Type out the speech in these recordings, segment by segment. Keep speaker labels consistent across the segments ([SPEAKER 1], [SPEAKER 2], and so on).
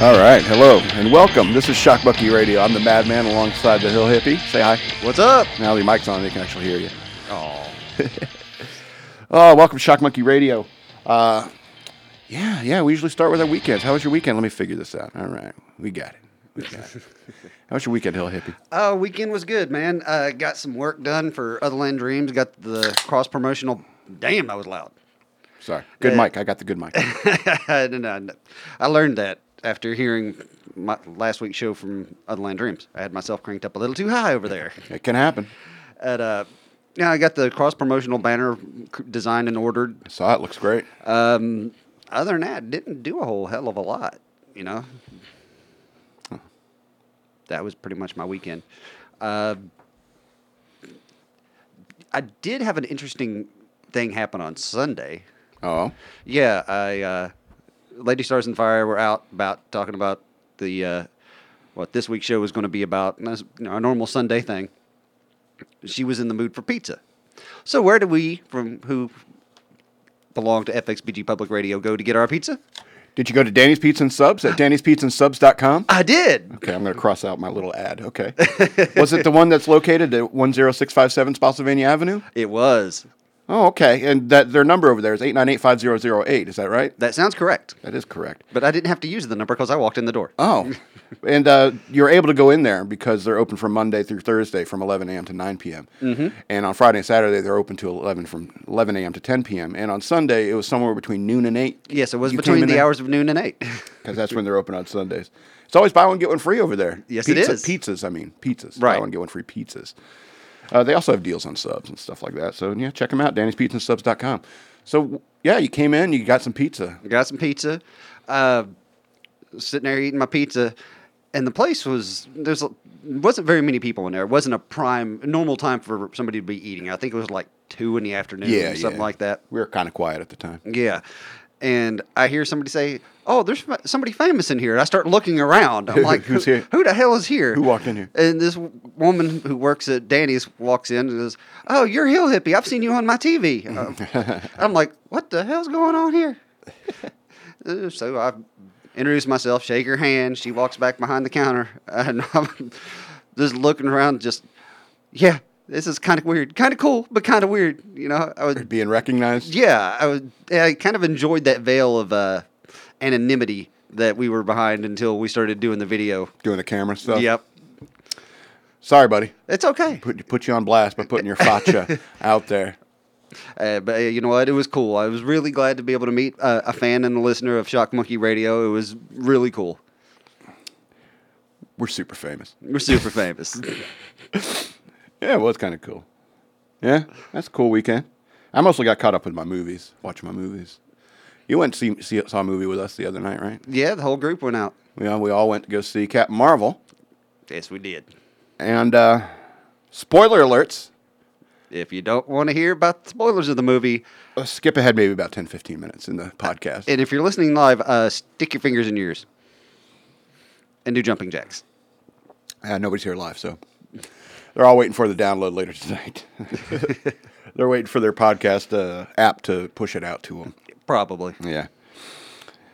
[SPEAKER 1] All right, hello and welcome. This is Shock Bucky Radio. I'm the Madman alongside the Hill Hippie. Say hi.
[SPEAKER 2] What's up?
[SPEAKER 1] Now your mic's on, they can actually hear you.
[SPEAKER 2] Oh,
[SPEAKER 1] Oh, welcome to Shock Monkey Radio. Uh, yeah, yeah, we usually start with our weekends. How was your weekend? Let me figure this out. All right, we got it. We got it. How was your weekend, Hill Hippie?
[SPEAKER 2] uh, weekend was good, man. Uh, got some work done for Otherland Dreams. Got the cross promotional. Damn, that was loud.
[SPEAKER 1] Sorry. Good
[SPEAKER 2] Uh,
[SPEAKER 1] mic. I got the good mic.
[SPEAKER 2] I, didn't know. I learned that after hearing my last week's show from Otherland Dreams. I had myself cranked up a little too high over there.
[SPEAKER 1] It can happen.
[SPEAKER 2] At uh, yeah, I got the cross promotional banner c- designed and ordered.
[SPEAKER 1] I saw it. Looks great.
[SPEAKER 2] Um, other than that, didn't do a whole hell of a lot. You know, that was pretty much my weekend. Uh, I did have an interesting thing happen on Sunday.
[SPEAKER 1] Oh,
[SPEAKER 2] Yeah, I uh, Lady Stars and Fire were out about talking about the uh, what this week's show was going to be about, and that's you know, our normal Sunday thing. She was in the mood for pizza, so where do we from who belong to FXBG Public Radio go to get our pizza?
[SPEAKER 1] did you go to Danny's Pizza and Subs at Danny'sPizzaAndSubs.com?
[SPEAKER 2] I did.
[SPEAKER 1] Okay, I'm going to cross out my little ad. Okay. Was it the one that's located at 10657 Spotsylvania Avenue?
[SPEAKER 2] It was.
[SPEAKER 1] Oh, okay. And that their number over there is 8985008. Is that right?
[SPEAKER 2] That sounds correct,
[SPEAKER 1] That is correct.
[SPEAKER 2] but I didn't have to use the number because I walked in the door.
[SPEAKER 1] Oh, and uh, you're able to go in there because they're open from Monday through Thursday from 11 a.m. to 9 p.m. Mm-hmm. And on Friday and Saturday they're open to 11 from 11 a.m. to 10 p.m. And on Sunday it was somewhere between noon and eight.
[SPEAKER 2] Yes, it was between the hours of noon and eight.
[SPEAKER 1] because that's when they're open on Sundays. It's always buy one get one free over there.
[SPEAKER 2] Yes, it
[SPEAKER 1] Pizza,
[SPEAKER 2] is.
[SPEAKER 1] Pizzas, I mean pizzas. Buy
[SPEAKER 2] Right.
[SPEAKER 1] one get one free pizzas. Uh, they also have deals on subs and stuff like that. So yeah, check them out. Danny's Pizza and Subs.com. So yeah, you came in, you got some pizza.
[SPEAKER 2] got some pizza, uh, sitting there eating my pizza, and the place was there's wasn't very many people in there. It wasn't a prime normal time for somebody to be eating. I think it was like two in the afternoon,
[SPEAKER 1] Yeah,
[SPEAKER 2] or something
[SPEAKER 1] yeah.
[SPEAKER 2] like that.
[SPEAKER 1] We were kind of quiet at the time.
[SPEAKER 2] Yeah, and I hear somebody say, "Oh, there's fa- somebody famous in here." And I start looking around. I'm like,
[SPEAKER 1] Who's
[SPEAKER 2] who,
[SPEAKER 1] here?
[SPEAKER 2] Who the hell is here?
[SPEAKER 1] Who walked in here?
[SPEAKER 2] And this w- woman who works at Danny's walks in and says, "Oh, you're Hill Hippie. I've seen you on my TV." Um, I'm like, "What the hell's going on here?" Uh, so I introduce myself, shake her hand. She walks back behind the counter, and I'm just looking around. Just yeah, this is kind of weird, kind of cool, but kind of weird. You know, I was
[SPEAKER 1] Being recognized.
[SPEAKER 2] yeah, I was. I kind of enjoyed that veil of uh, anonymity that we were behind until we started doing the video.
[SPEAKER 1] doing the camera stuff.
[SPEAKER 2] Yep,
[SPEAKER 1] Sorry, buddy.
[SPEAKER 2] it's okay.
[SPEAKER 1] Put put you on blast by putting your facha out there.
[SPEAKER 2] Uh, but uh, you know what? It was cool. I was really glad to be able to meet uh, a fan and a listener of Shock Monkey Radio. It was really cool.
[SPEAKER 1] We're super famous.
[SPEAKER 2] We're super famous.
[SPEAKER 1] Yeah, it was kind of cool. Yeah, that's a cool weekend. I mostly got caught up with my movies, watching my movies. You went to see, see saw a movie with us the other night, right?
[SPEAKER 2] yeah, the whole group went out.
[SPEAKER 1] We all, we all went to go see Captain Marvel.
[SPEAKER 2] Yes, we did.
[SPEAKER 1] And uh, spoiler alerts.
[SPEAKER 2] If you don't want to hear about the spoilers of the movie,
[SPEAKER 1] Let's Uh, skip ahead maybe about 10, 15 minutes in the podcast.
[SPEAKER 2] and if you're listening live, uh, stick your fingers in your ears and do jumping jacks.
[SPEAKER 1] Uh, nobody's here live, so they're all waiting for the download later tonight. they're waiting for their podcast uh, app to push it out to them.
[SPEAKER 2] Probably.
[SPEAKER 1] Yeah.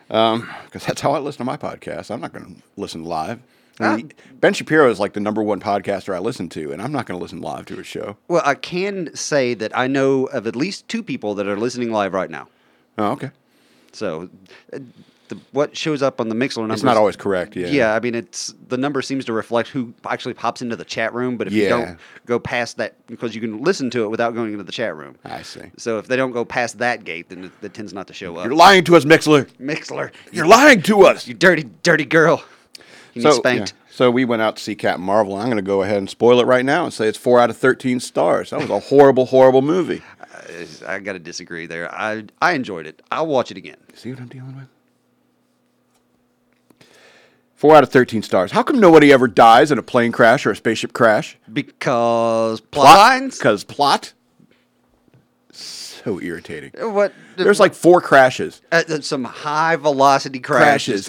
[SPEAKER 1] Because that's how I listen to my podcast. I'm not going to listen live. I mean, ben Shapiro is like the number one podcaster I listen to, and I'm not going to listen live to his show.
[SPEAKER 2] Well, I can say that I know of at least two people that are listening live right now.
[SPEAKER 1] Oh, okay.
[SPEAKER 2] So, uh, the, what shows up on the Mixler number?
[SPEAKER 1] It's not always correct. Yeah.
[SPEAKER 2] Yeah. I mean, it's the number seems to reflect who actually pops into the chat room. But if you
[SPEAKER 1] Yeah.
[SPEAKER 2] don't go past that, because you can listen to it without going into the chat room.
[SPEAKER 1] I see.
[SPEAKER 2] So if they don't go past that gate, then it, that tends not to show up.
[SPEAKER 1] You're lying to us, Mixler.
[SPEAKER 2] Mixler,
[SPEAKER 1] You're lying to us.
[SPEAKER 2] you dirty, dirty girl. You need
[SPEAKER 1] yeah.
[SPEAKER 2] spanked.
[SPEAKER 1] so we went out to see Captain Marvel. I'm going to go ahead and spoil it right now and say it's four out of 13 stars. That was a horrible, horrible movie.
[SPEAKER 2] Uh, I gotta disagree there. I I enjoyed it. I'll watch it again.
[SPEAKER 1] See what I'm dealing with? Four out of 13 stars. How come nobody ever dies in a plane crash or a spaceship crash?
[SPEAKER 2] Because plot lines.
[SPEAKER 1] Because plot. So irritating.
[SPEAKER 2] What?
[SPEAKER 1] There's like four crashes.
[SPEAKER 2] at at uh, some high velocity crashes,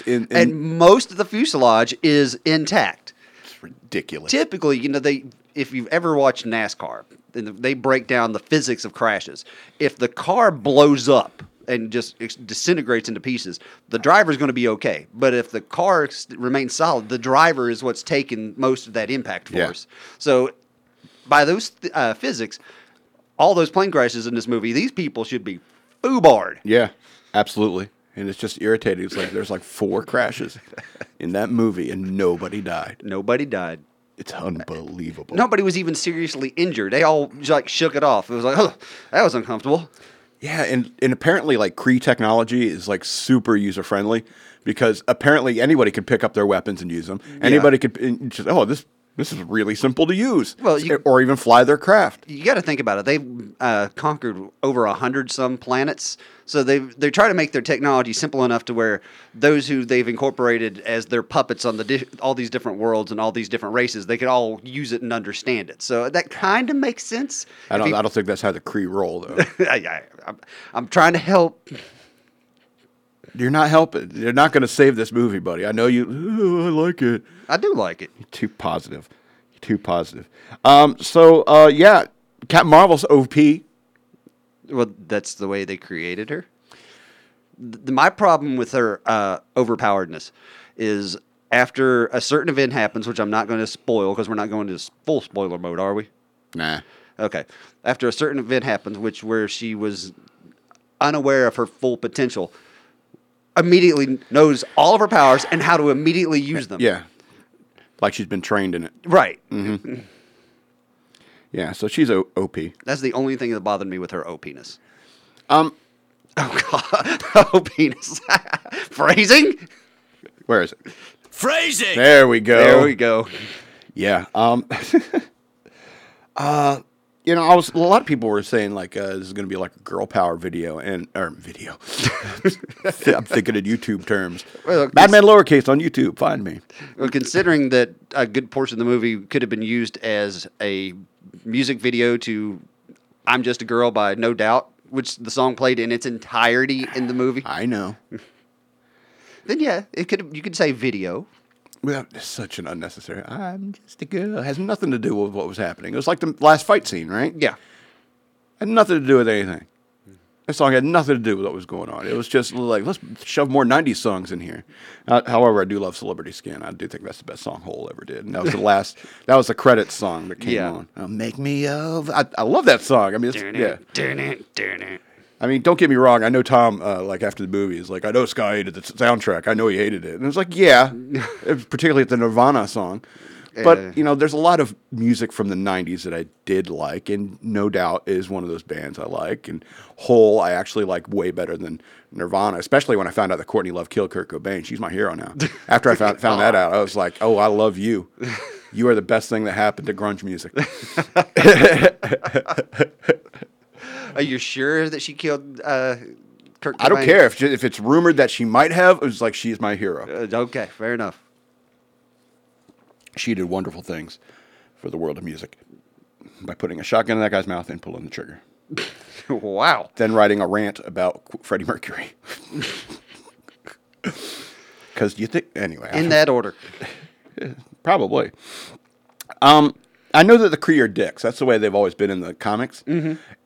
[SPEAKER 1] Crashes in- in-
[SPEAKER 2] and most of the fuselage is intact.
[SPEAKER 1] It's ridiculous.
[SPEAKER 2] Typically, you know, they if you've ever watched NASCAR, then they break down the physics of crashes. If the car blows up and just ex- disintegrates into pieces, the driver's going to be okay. But if the car s- remains solid, the driver is what's taking most of that impact
[SPEAKER 1] Yeah.
[SPEAKER 2] force. So, by those th- uh, physics, all those plane crashes in this movie, these people should be foobarred.
[SPEAKER 1] Yeah, absolutely. And it's just irritating. It's like there's like four crashes in that movie and nobody died.
[SPEAKER 2] Nobody died.
[SPEAKER 1] It's unbelievable.
[SPEAKER 2] Nobody was even seriously injured. They all like shook it off. It was like, oh, that was uncomfortable.
[SPEAKER 1] Yeah, and, and apparently like Cree technology is like super user friendly because apparently anybody could pick up their weapons and use them. Anybody could and just oh this this is really simple to use.
[SPEAKER 2] Well, you-
[SPEAKER 1] or even fly their craft.
[SPEAKER 2] you got to think about it. They've uh, conquered over a hundred some planets, so they they try to make their technology simple enough to where those who they've incorporated as their puppets on the di- all these different worlds and all these different races, they could all use it and understand it. So that kind of makes sense.
[SPEAKER 1] I don't
[SPEAKER 2] If
[SPEAKER 1] I don't think that's how the Cree roll though.
[SPEAKER 2] you- I, am I'm trying to help.
[SPEAKER 1] You're not helping. You're not going to save this movie, buddy. I know you. "Ooh, I like it.
[SPEAKER 2] I do like it.
[SPEAKER 1] too positive. Too positive. Um, so uh, yeah, Captain Marvel's OP.
[SPEAKER 2] Well, that's the way they created her. Th- my problem with her uh, overpoweredness is after a certain event happens, which I'm not going to spoil because we're not going to s- full spoiler mode, are we?
[SPEAKER 1] Nah.
[SPEAKER 2] Okay. After a certain event happens, which where she was unaware of her full potential, immediately knows all of her powers and how to immediately use them.
[SPEAKER 1] Yeah. Mm-hmm. Like she's been trained in it.
[SPEAKER 2] Right.
[SPEAKER 1] Yeah. So she's o- OP.
[SPEAKER 2] That's the only thing that bothered me with her OPness.
[SPEAKER 1] Um,
[SPEAKER 2] Oh god. OPness. Phrasing?
[SPEAKER 1] where is it?
[SPEAKER 3] Phrasing!
[SPEAKER 1] There we go.
[SPEAKER 2] There we go.
[SPEAKER 1] Yeah. Um. uh, you know, I was a lot of people were saying like uh, this is going to be like a girl power video and or video. I'm thinking in YouTube terms.
[SPEAKER 2] Well, look,
[SPEAKER 1] Madman lowercase on YouTube. Find me.
[SPEAKER 2] Well, considering that a good portion of the movie could have been used as a music video to I'm Just a Girl by No Doubt, which the song played in its entirety in the movie,
[SPEAKER 1] I know.
[SPEAKER 2] then yeah, it could you could say video.
[SPEAKER 1] Without it's such an unnecessary. I'm just a girl. It has nothing to do with what was happening. It was like the last fight scene, right?
[SPEAKER 2] Yeah.
[SPEAKER 1] Had nothing to do with anything. That song had nothing to do with what was going on. It was just like let's shove more '90s songs in here. Uh, however, I do love "Celebrity Skin." I do think that's the best song Hole ever did, and that was the last. that was the credits song that came
[SPEAKER 2] Yeah.
[SPEAKER 1] on. Uh, Make me of. I, I love that song. I mean, it's, yeah. I mean, don't get me wrong. I know Tom, uh, like after the movie, is like, I know Sky hated the s- soundtrack. I know he hated it, and it's like, yeah, It- particularly the Nirvana song. But
[SPEAKER 2] Yeah.
[SPEAKER 1] you know, there's a lot of music from the '90s that I did like, and No Doubt is one of those bands I like. And Hole, I actually like way better than Nirvana, especially when I found out that Courtney Love killed Kurt Cobain. She's my hero now. After I found, found that out, I was like, oh, I love you. You are the best thing that happened to grunge music.
[SPEAKER 2] Are you sure that she killed uh, Kirk?
[SPEAKER 1] I don't care if if it's rumored that she might have. It was like she's my hero.
[SPEAKER 2] Uh, okay, fair enough.
[SPEAKER 1] she did wonderful things for the world of music by putting a shotgun in that guy's mouth and pulling the trigger.
[SPEAKER 2] wow.
[SPEAKER 1] Then writing a rant about Qu- Freddie Mercury. Because you think, anyway, I-
[SPEAKER 2] In that order.
[SPEAKER 1] probably. Um, I know that the Kree are dicks. That's the way they've always been in the comics.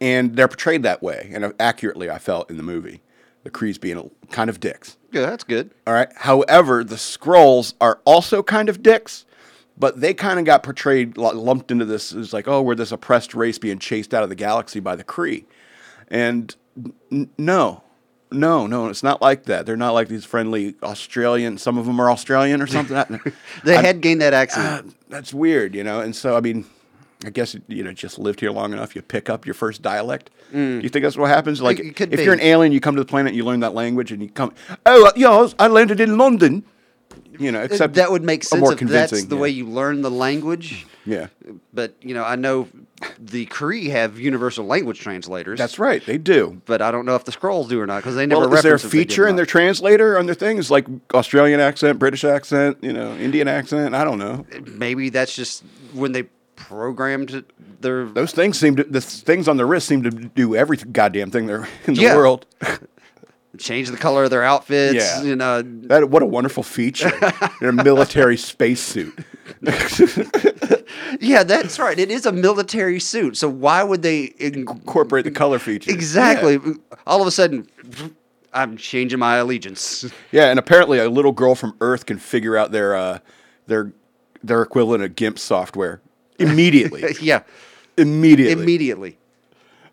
[SPEAKER 1] And they're portrayed that way, and accurately, I felt, in the movie. The Kree's being a- kind of dicks.
[SPEAKER 2] Yeah, that's good.
[SPEAKER 1] All right. However, the scrolls are also kind of dicks, but they kind of got portrayed lu- lumped into this as like, oh, we're this oppressed race being chased out of the galaxy by the Kree, and n- no. No, no, it's not like that. They're not like these friendly Australian. Some of them are Australian or something. I-
[SPEAKER 2] They had gained that
[SPEAKER 1] Uh,
[SPEAKER 2] accent.
[SPEAKER 1] That's weird, you know. And so, I mean, I guess you know, just lived here long enough, you pick up your first dialect. Do you think that's what happens? Like,
[SPEAKER 2] Mm. it could
[SPEAKER 1] if
[SPEAKER 2] be.
[SPEAKER 1] you're an alien, you come to the planet, you learn that language, and you come. Oh, uh, yeah, I, was- I landed in London. You know, except
[SPEAKER 2] Uh, that would make
[SPEAKER 1] a
[SPEAKER 2] sense
[SPEAKER 1] more
[SPEAKER 2] if that's
[SPEAKER 1] convincing,
[SPEAKER 2] the
[SPEAKER 1] yeah.
[SPEAKER 2] way you learn the language.
[SPEAKER 1] Yeah,
[SPEAKER 2] But, you know, I know the Kree have universal language translators.
[SPEAKER 1] that's right. They do.
[SPEAKER 2] But I don't know if the Scrolls do or not because they never
[SPEAKER 1] Well, is there a
[SPEAKER 2] reference if they did
[SPEAKER 1] feature in
[SPEAKER 2] not.
[SPEAKER 1] their translator on their things like Australian accent, British accent, you know, Indian accent? I don't know.
[SPEAKER 2] Maybe that's just when they programmed their.
[SPEAKER 1] Those things seem to the things on the wrist seem to do every goddamn thing there in the
[SPEAKER 2] Yeah.
[SPEAKER 1] world.
[SPEAKER 2] change the color of their outfits.
[SPEAKER 1] Yeah.
[SPEAKER 2] You know,
[SPEAKER 1] That what a wonderful feature in a military spacesuit.
[SPEAKER 2] Yeah, that's right. It is a military suit. So why would they in-
[SPEAKER 1] Incorporate the color feature.
[SPEAKER 2] exactly all of a sudden I'm changing my allegiance.
[SPEAKER 1] Yeah, and apparently a little girl from Earth can figure out their uh, their their equivalent of GIMP software immediately.
[SPEAKER 2] yeah,
[SPEAKER 1] immediately.
[SPEAKER 2] immediately.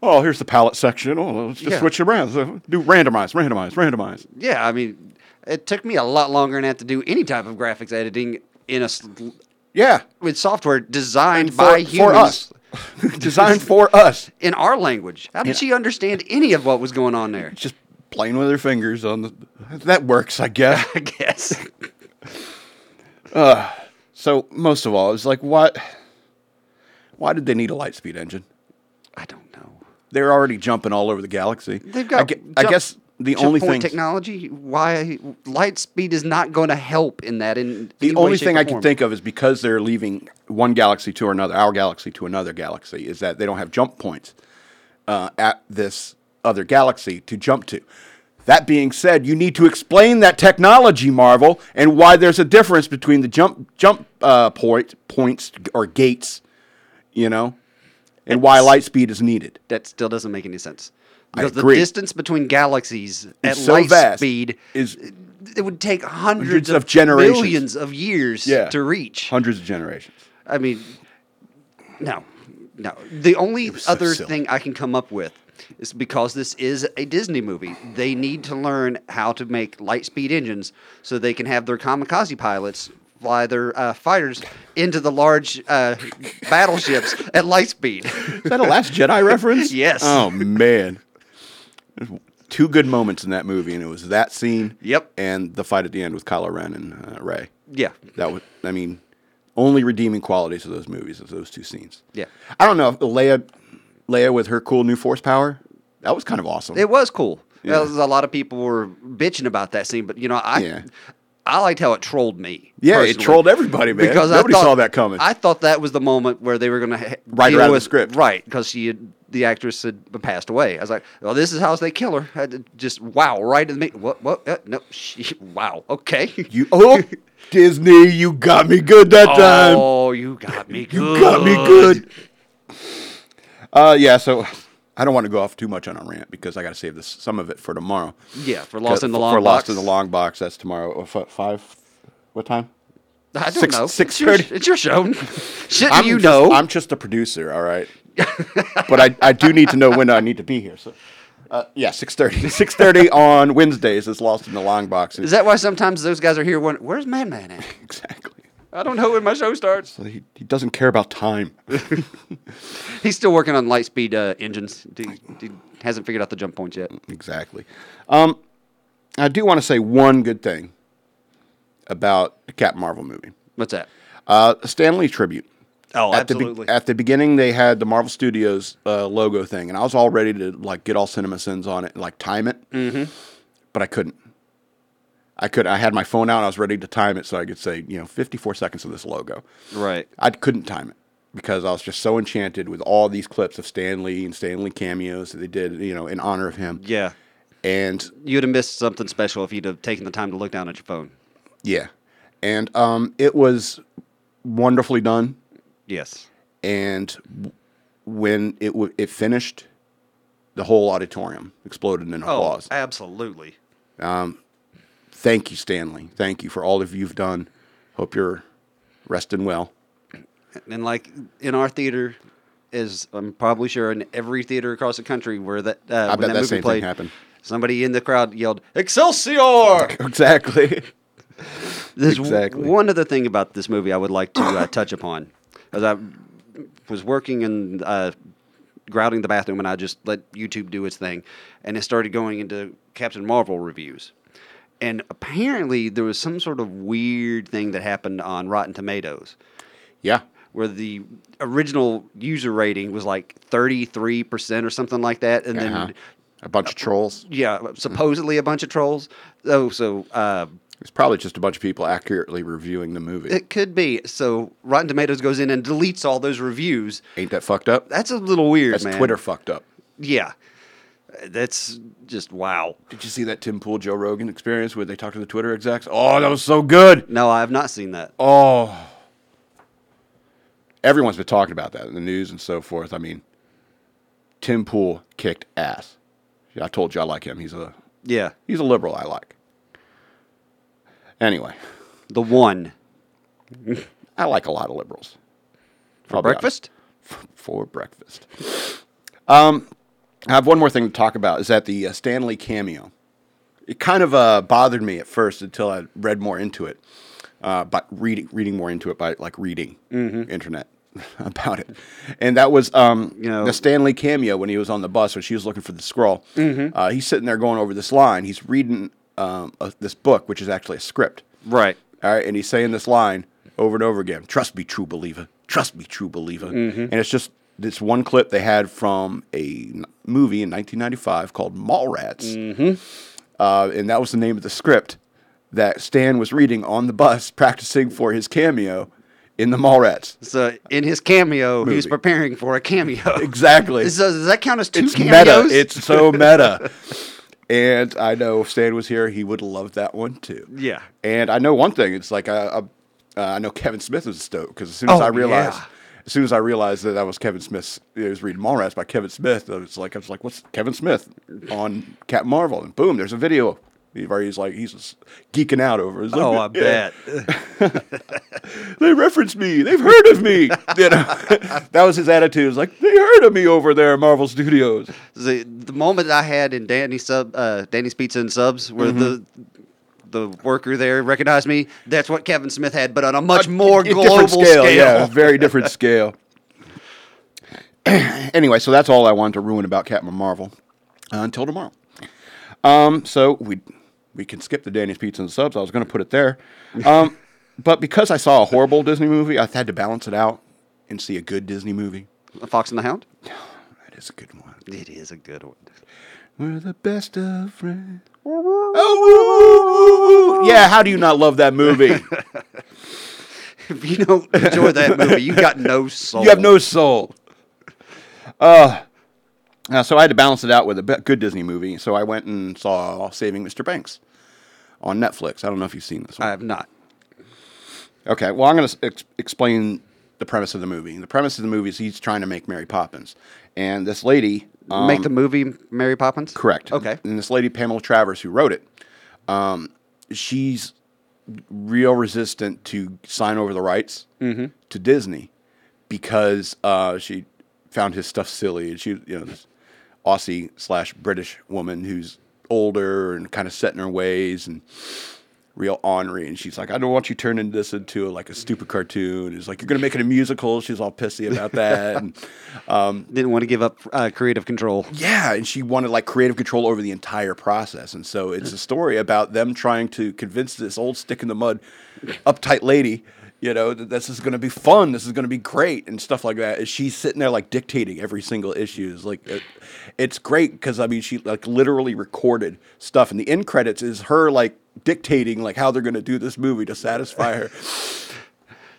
[SPEAKER 1] oh, here's the palette section. Oh, let's just
[SPEAKER 2] Yeah.
[SPEAKER 1] switch around. So do randomize, randomize, randomize.
[SPEAKER 2] Yeah, I mean, it took me a lot longer than that to do any type of graphics editing in a s-
[SPEAKER 1] Yeah,
[SPEAKER 2] with software designed
[SPEAKER 1] for,
[SPEAKER 2] by
[SPEAKER 1] for
[SPEAKER 2] humans
[SPEAKER 1] us, designed for us.
[SPEAKER 2] in our language. How did she understand any of what was going on there?
[SPEAKER 1] Just playing with her fingers on the. That works, I guess.
[SPEAKER 2] I guess.
[SPEAKER 1] so most of all, it's like what? Why did they need a light speed engine?
[SPEAKER 2] I don't know.
[SPEAKER 1] They're already jumping all over the galaxy.
[SPEAKER 2] They've got.
[SPEAKER 1] I, gue- I
[SPEAKER 2] jump-
[SPEAKER 1] guess the
[SPEAKER 2] jump
[SPEAKER 1] only
[SPEAKER 2] forward
[SPEAKER 1] thing.
[SPEAKER 2] technology. Why light speed is not going to help in that. In
[SPEAKER 1] The
[SPEAKER 2] any way,
[SPEAKER 1] only
[SPEAKER 2] shape,
[SPEAKER 1] thing
[SPEAKER 2] or
[SPEAKER 1] I can
[SPEAKER 2] form.
[SPEAKER 1] think of is because they're leaving one galaxy to another, our galaxy to another galaxy, is that they don't have jump points uh, at this other galaxy to jump to. That being said, you need to explain that technology, Marvel, and why there's a difference between the jump jump uh, point points or gates, you know, and why light speed is needed.
[SPEAKER 2] that still doesn't make any sense.
[SPEAKER 1] I
[SPEAKER 2] Because
[SPEAKER 1] agree.
[SPEAKER 2] the distance between galaxies at
[SPEAKER 1] so
[SPEAKER 2] light
[SPEAKER 1] vast.
[SPEAKER 2] speed
[SPEAKER 1] Is-
[SPEAKER 2] it would take hundreds,
[SPEAKER 1] Hundreds
[SPEAKER 2] of,
[SPEAKER 1] of generations.
[SPEAKER 2] millions of years
[SPEAKER 1] Yeah.
[SPEAKER 2] to reach.
[SPEAKER 1] Hundreds of generations.
[SPEAKER 2] I mean, no, no. The only
[SPEAKER 1] so
[SPEAKER 2] other
[SPEAKER 1] silly.
[SPEAKER 2] thing I can come up with is because this is a Disney movie. They need to learn how to make light speed engines so they can have their kamikaze pilots fly their uh, fighters into the large uh, battleships at light speed.
[SPEAKER 1] Is that a Last Jedi reference?
[SPEAKER 2] Yes.
[SPEAKER 1] Oh man, There's two good moments in that movie, and it was that scene.
[SPEAKER 2] Yep.
[SPEAKER 1] And the fight at the end with Kylo Ren and uh, Ray.
[SPEAKER 2] Yeah.
[SPEAKER 1] That was, I mean, only redeeming qualities of those movies is those two scenes.
[SPEAKER 2] Yeah.
[SPEAKER 1] I don't know if Leia, Leia with her cool new force power, that was kind of awesome.
[SPEAKER 2] It was cool.
[SPEAKER 1] Yeah.
[SPEAKER 2] There was a lot of people were bitching about that scene, but you know, I
[SPEAKER 1] Yeah.
[SPEAKER 2] I liked how it trolled me.
[SPEAKER 1] yeah, it
[SPEAKER 2] personally.
[SPEAKER 1] trolled everybody, man.
[SPEAKER 2] because
[SPEAKER 1] nobody
[SPEAKER 2] I thought,
[SPEAKER 1] saw that coming.
[SPEAKER 2] I thought that was the moment where they were going to
[SPEAKER 1] Right her out of the script.
[SPEAKER 2] right? Because she had the actress had passed away. I was like, well, this is how they kill her. I did- just wow, right in the ma- what what uh, no she, wow okay.
[SPEAKER 1] you oh Disney, you got me good that time.
[SPEAKER 2] oh, you got me
[SPEAKER 1] You
[SPEAKER 2] good.
[SPEAKER 1] got me good. Oh, Uh, yeah. So I don't want to go off too much on a rant because I got to save this some of it for tomorrow.
[SPEAKER 2] Yeah, for lost in the
[SPEAKER 1] For-
[SPEAKER 2] long
[SPEAKER 1] for
[SPEAKER 2] box.
[SPEAKER 1] lost in the long box. That's tomorrow. F- five. What time?
[SPEAKER 2] I don't
[SPEAKER 1] Six-
[SPEAKER 2] know.
[SPEAKER 1] six
[SPEAKER 2] It's your-
[SPEAKER 1] thirty.
[SPEAKER 2] It's your show. Shouldn't
[SPEAKER 1] I'm
[SPEAKER 2] you
[SPEAKER 1] just-
[SPEAKER 2] know?
[SPEAKER 1] I'm just a producer. All right. but I, I do need to know when I need to be here. So. Uh, yeah, six thirty. Six thirty on Wednesdays is Lost in the Long Box.
[SPEAKER 2] Is that why sometimes those guys are here wondering, where's Madman at?
[SPEAKER 1] exactly.
[SPEAKER 2] I don't know when my show starts.
[SPEAKER 1] So he, he doesn't care about time.
[SPEAKER 2] He's still working on light speed uh, engines. He, he hasn't figured out the jump points yet.
[SPEAKER 1] Exactly. Um, I do want to say one good thing about the Captain Marvel movie.
[SPEAKER 2] What's that?
[SPEAKER 1] Uh, Stanley tribute.
[SPEAKER 2] Oh,
[SPEAKER 1] at The
[SPEAKER 2] absolutely.
[SPEAKER 1] be- at the beginning, they had the Marvel Studios uh, logo thing, and I was all ready to like get all CinemaSins on it, and, like time it, mm-hmm. but I couldn't. I could. I had my phone out. And I was ready to time it so I could say, you know, 54 seconds of this logo.
[SPEAKER 2] Right.
[SPEAKER 1] I couldn't time it because I was just so enchanted with all these clips of Stan Lee and Stan Lee cameos that they did, you know, in honor of him.
[SPEAKER 2] Yeah.
[SPEAKER 1] And
[SPEAKER 2] You'd have missed something special if you'd have taken the time to look down at your phone.
[SPEAKER 1] yeah, and um, it was wonderfully done.
[SPEAKER 2] Yes.
[SPEAKER 1] and w- when it w- it finished, the whole auditorium exploded in
[SPEAKER 2] Oh,
[SPEAKER 1] applause.
[SPEAKER 2] absolutely.
[SPEAKER 1] Thank you, Stanley. Thank you for all of you've done. Hope you're resting well.
[SPEAKER 2] And like in our theater, is I'm probably sure in every theater across the country where that uh,
[SPEAKER 1] bet
[SPEAKER 2] when
[SPEAKER 1] that same
[SPEAKER 2] movie
[SPEAKER 1] thing
[SPEAKER 2] played,
[SPEAKER 1] happened.
[SPEAKER 2] Somebody in the crowd yelled "Excelsior!"
[SPEAKER 1] Exactly.
[SPEAKER 2] There's w-
[SPEAKER 1] Exactly.
[SPEAKER 2] one other thing about this movie I would like to uh, touch upon. As I was working and uh, grouting the bathroom, and I just let YouTube do its thing, and it started going into Captain Marvel reviews. And apparently, there was some sort of weird thing that happened on Rotten Tomatoes
[SPEAKER 1] yeah.
[SPEAKER 2] where the original user rating was like 33% or something like that. And
[SPEAKER 1] Uh-huh.
[SPEAKER 2] then,
[SPEAKER 1] A bunch of trolls.
[SPEAKER 2] yeah, supposedly a bunch of trolls. Oh, so. Uh,
[SPEAKER 1] It's probably just a bunch of people accurately reviewing the movie.
[SPEAKER 2] It could be. So Rotten Tomatoes goes in and deletes all those reviews.
[SPEAKER 1] Ain't that fucked up?
[SPEAKER 2] That's a little weird,
[SPEAKER 1] That's
[SPEAKER 2] man.
[SPEAKER 1] Twitter fucked up.
[SPEAKER 2] Yeah. That's just wow.
[SPEAKER 1] Did you see that Tim Pool Joe Rogan experience where they talked to the Twitter execs? Oh, that was so good.
[SPEAKER 2] No, I have not seen that.
[SPEAKER 1] Oh. Everyone's been talking about that in the news and so forth. I mean, Tim Pool kicked ass. Yeah, I told you I like him. He's a
[SPEAKER 2] Yeah.
[SPEAKER 1] He's a liberal I like. Anyway,
[SPEAKER 2] The one.
[SPEAKER 1] I like a lot of liberals.
[SPEAKER 2] For
[SPEAKER 1] I'll be honest.
[SPEAKER 2] breakfast?
[SPEAKER 1] for breakfast. Um, I have one more thing to talk about. Is that the uh, Stanley cameo? It kind of uh, bothered me at first until I read more into it. Uh, but reading, reading more into it by like reading internet about it, and that was um,
[SPEAKER 2] Mm-hmm. You know-
[SPEAKER 1] the Stanley cameo when he was on the bus when she was looking for the scroll.
[SPEAKER 2] Mm-hmm.
[SPEAKER 1] Uh, he's sitting there going over this line. He's reading um, a, this book, which is actually a script.
[SPEAKER 2] Right.
[SPEAKER 1] All right, and he's saying this line over and over again. Trust me, true believer. Trust me, true believer. And it's just this one clip they had from a n- movie in 1995 called Mallrats, mm-hmm. uh, and that was the name of the script that Stan was reading on the bus, practicing for his cameo in the Mallrats.
[SPEAKER 2] So in his cameo, he was
[SPEAKER 1] Movie.
[SPEAKER 2] preparing for a cameo.
[SPEAKER 1] Exactly.
[SPEAKER 2] So does that count as two
[SPEAKER 1] it's meta.
[SPEAKER 2] cameos?
[SPEAKER 1] It's so meta. and I know if Stan was here, he would love that one too.
[SPEAKER 2] Yeah.
[SPEAKER 1] And I know one thing. It's like uh, uh, I know Kevin Smith is stoked because as soon as
[SPEAKER 2] Oh,
[SPEAKER 1] I realized,
[SPEAKER 2] yeah.
[SPEAKER 1] as soon as I realized that that was Kevin Smith's, it was reading Mallrats by Kevin Smith. I was like, I was like, what's Kevin Smith on Captain Marvel? And boom, there's a video. He's already- he's like he's just geeking out over. it. He's like,
[SPEAKER 2] Oh, I
[SPEAKER 1] "Yeah,
[SPEAKER 2] bet.
[SPEAKER 1] they referenced me. They've heard of me. you know, that was his attitude. It was like they heard of me over there, at Marvel Studios.
[SPEAKER 2] the, the moment I had in Danny sub, uh, Danny's Pizza and Subs, where
[SPEAKER 1] Mm-hmm.
[SPEAKER 2] the the worker there recognized me. That's what Kevin Smith had, but on a much more
[SPEAKER 1] Different
[SPEAKER 2] global scale.
[SPEAKER 1] Yeah, a very different scale. anyway, so that's all I wanted to ruin about Captain Marvel uh, until tomorrow. Um, so we we can skip the Danny's Pizza and Subs. I was going to put it there, um, but because I saw a horrible Disney movie, I had to balance it out and see a good Disney movie.
[SPEAKER 2] Fox and the Hound.
[SPEAKER 1] That is a good one.
[SPEAKER 2] It is a good one.
[SPEAKER 1] We're the best of friends. Oh, woo, woo, woo. yeah. How do you not love that movie?
[SPEAKER 2] If you don't enjoy that movie, you got no soul.
[SPEAKER 1] You have no soul. Uh, uh, so I had to balance it out with a be- good Disney movie. So I went and saw Saving Mr. Banks on Netflix. I don't know if you've seen this
[SPEAKER 2] I
[SPEAKER 1] one.
[SPEAKER 2] have not.
[SPEAKER 1] okay, well, I'm going to ex- explain the premise of the movie. The premise of the movie is he's trying to make Mary Poppins. And this lady. Um,
[SPEAKER 2] Make the movie Mary Poppins.
[SPEAKER 1] Correct.
[SPEAKER 2] Okay.
[SPEAKER 1] And this lady, Pamela Travers, who wrote it, um, she's real resistant to sign over the rights to Disney because uh, she found his stuff silly, and she, you know, this Aussie slash British woman who's older and kind of set in her ways and real ornery and she's like i don't want you turning this into like a stupid cartoon it's like you're going to make it a musical she's all pissy about that and um,
[SPEAKER 2] Didn't want to give up uh, creative control.
[SPEAKER 1] yeah, and she wanted like creative control over the entire process. And so it's a story about them trying to convince this old stick in the mud, uptight lady, you know, that this is going to be fun, this is going to be great, and stuff like that. And she's sitting there like dictating every single issue. It's like, it- it's great because I mean, she like literally recorded stuff, and the end credits is her like dictating like how they're going to do this movie to satisfy her.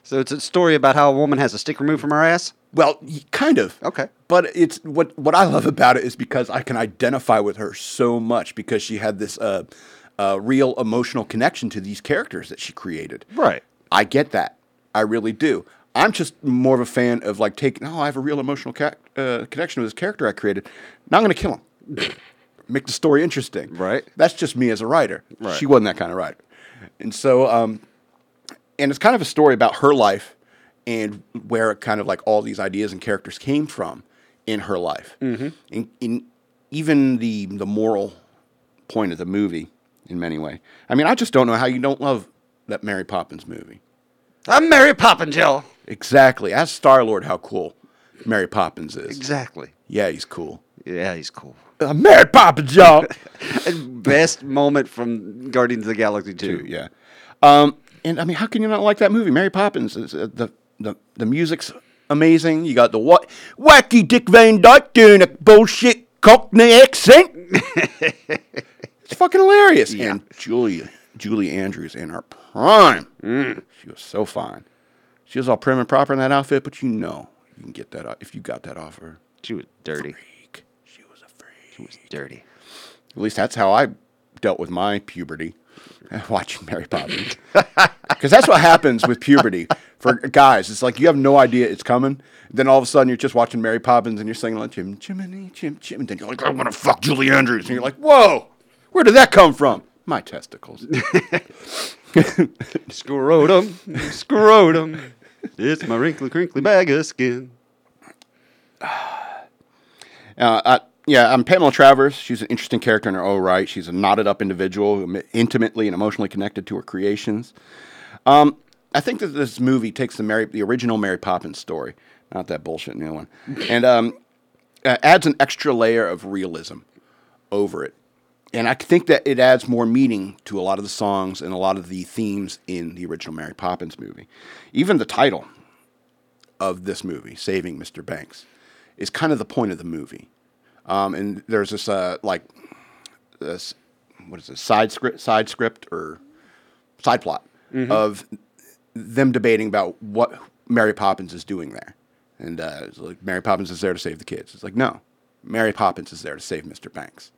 [SPEAKER 2] So it's a story about how a woman has a stick removed from her ass.
[SPEAKER 1] Well, y- kind of.
[SPEAKER 2] Okay.
[SPEAKER 1] But it's what what I love about it is because I can identify with her so much because she had this uh, uh, real emotional connection to these characters that she created.
[SPEAKER 2] Right.
[SPEAKER 1] I get that. I really do. I'm just more of a fan of like taking. Oh, I have a real emotional ca- uh, connection with this character I created. Now I'm going to kill him. Make the story interesting.
[SPEAKER 2] Right.
[SPEAKER 1] That's just me as a writer.
[SPEAKER 2] Right.
[SPEAKER 1] She wasn't that kind of writer, and so um, and it's kind of a story about her life and where kind of like all these ideas and characters came from in her life. Mm-hmm. In, in even the the moral point of the movie in many way. I mean, I just don't know how you don't love that Mary Poppins movie.
[SPEAKER 2] I'm Mary Poppins, y'all.
[SPEAKER 1] Exactly. Ask Star Lord how cool Mary Poppins is.
[SPEAKER 2] Exactly.
[SPEAKER 1] Yeah, he's cool.
[SPEAKER 2] Yeah, he's cool.
[SPEAKER 1] Uh, Mary Poppins, y'all.
[SPEAKER 2] And best moment from Guardians of the Galaxy 2.
[SPEAKER 1] yeah. Um, and I mean, how can you not like that movie? Mary Poppins is uh, the, the the music's amazing. You got the what wacky Dick Van Dyke doing a bullshit Cockney accent. it's fucking hilarious. And Julia Julie Andrews in her prime. She was so fine. She was all prim and proper in that outfit, but you know you can get that off if you got that off her.
[SPEAKER 2] She was dirty.
[SPEAKER 1] Freak. She was a freak.
[SPEAKER 2] She was dirty.
[SPEAKER 1] At least that's how I dealt with my puberty, watching Mary Poppins. Because that's what happens with puberty for guys. It's like you have no idea it's coming. Then all of a sudden you're just watching Mary Poppins and you're singing like Jim Jiminy Jim Jim, and then you're like, I want to fuck Julie Andrews, and you're like, whoa, Where did that come from? My testicles.
[SPEAKER 2] Scrotum, scrotum. It's my wrinkly, crinkly bag of skin.
[SPEAKER 1] Uh, I, yeah, I'm Pamela Travers. She's an interesting character in her own right. She's a knotted up individual, who am- intimately and emotionally connected to her creations. Um, I think that this movie takes the Mary, the original Mary Poppins story, not that bullshit new one, and um, uh, adds an extra layer of realism over it. And I think that it adds more meaning to a lot of the songs and a lot of the themes in the original Mary Poppins movie. Even the title of this movie, Saving Mr. Banks, is kind of the point of the movie. Um, and there's this uh, like this what is it side script side script or side plot of them debating about what Mary Poppins is doing there, and uh, it's like Mary Poppins is there to save the kids. It's like no, Mary Poppins is there to save Mr. Banks,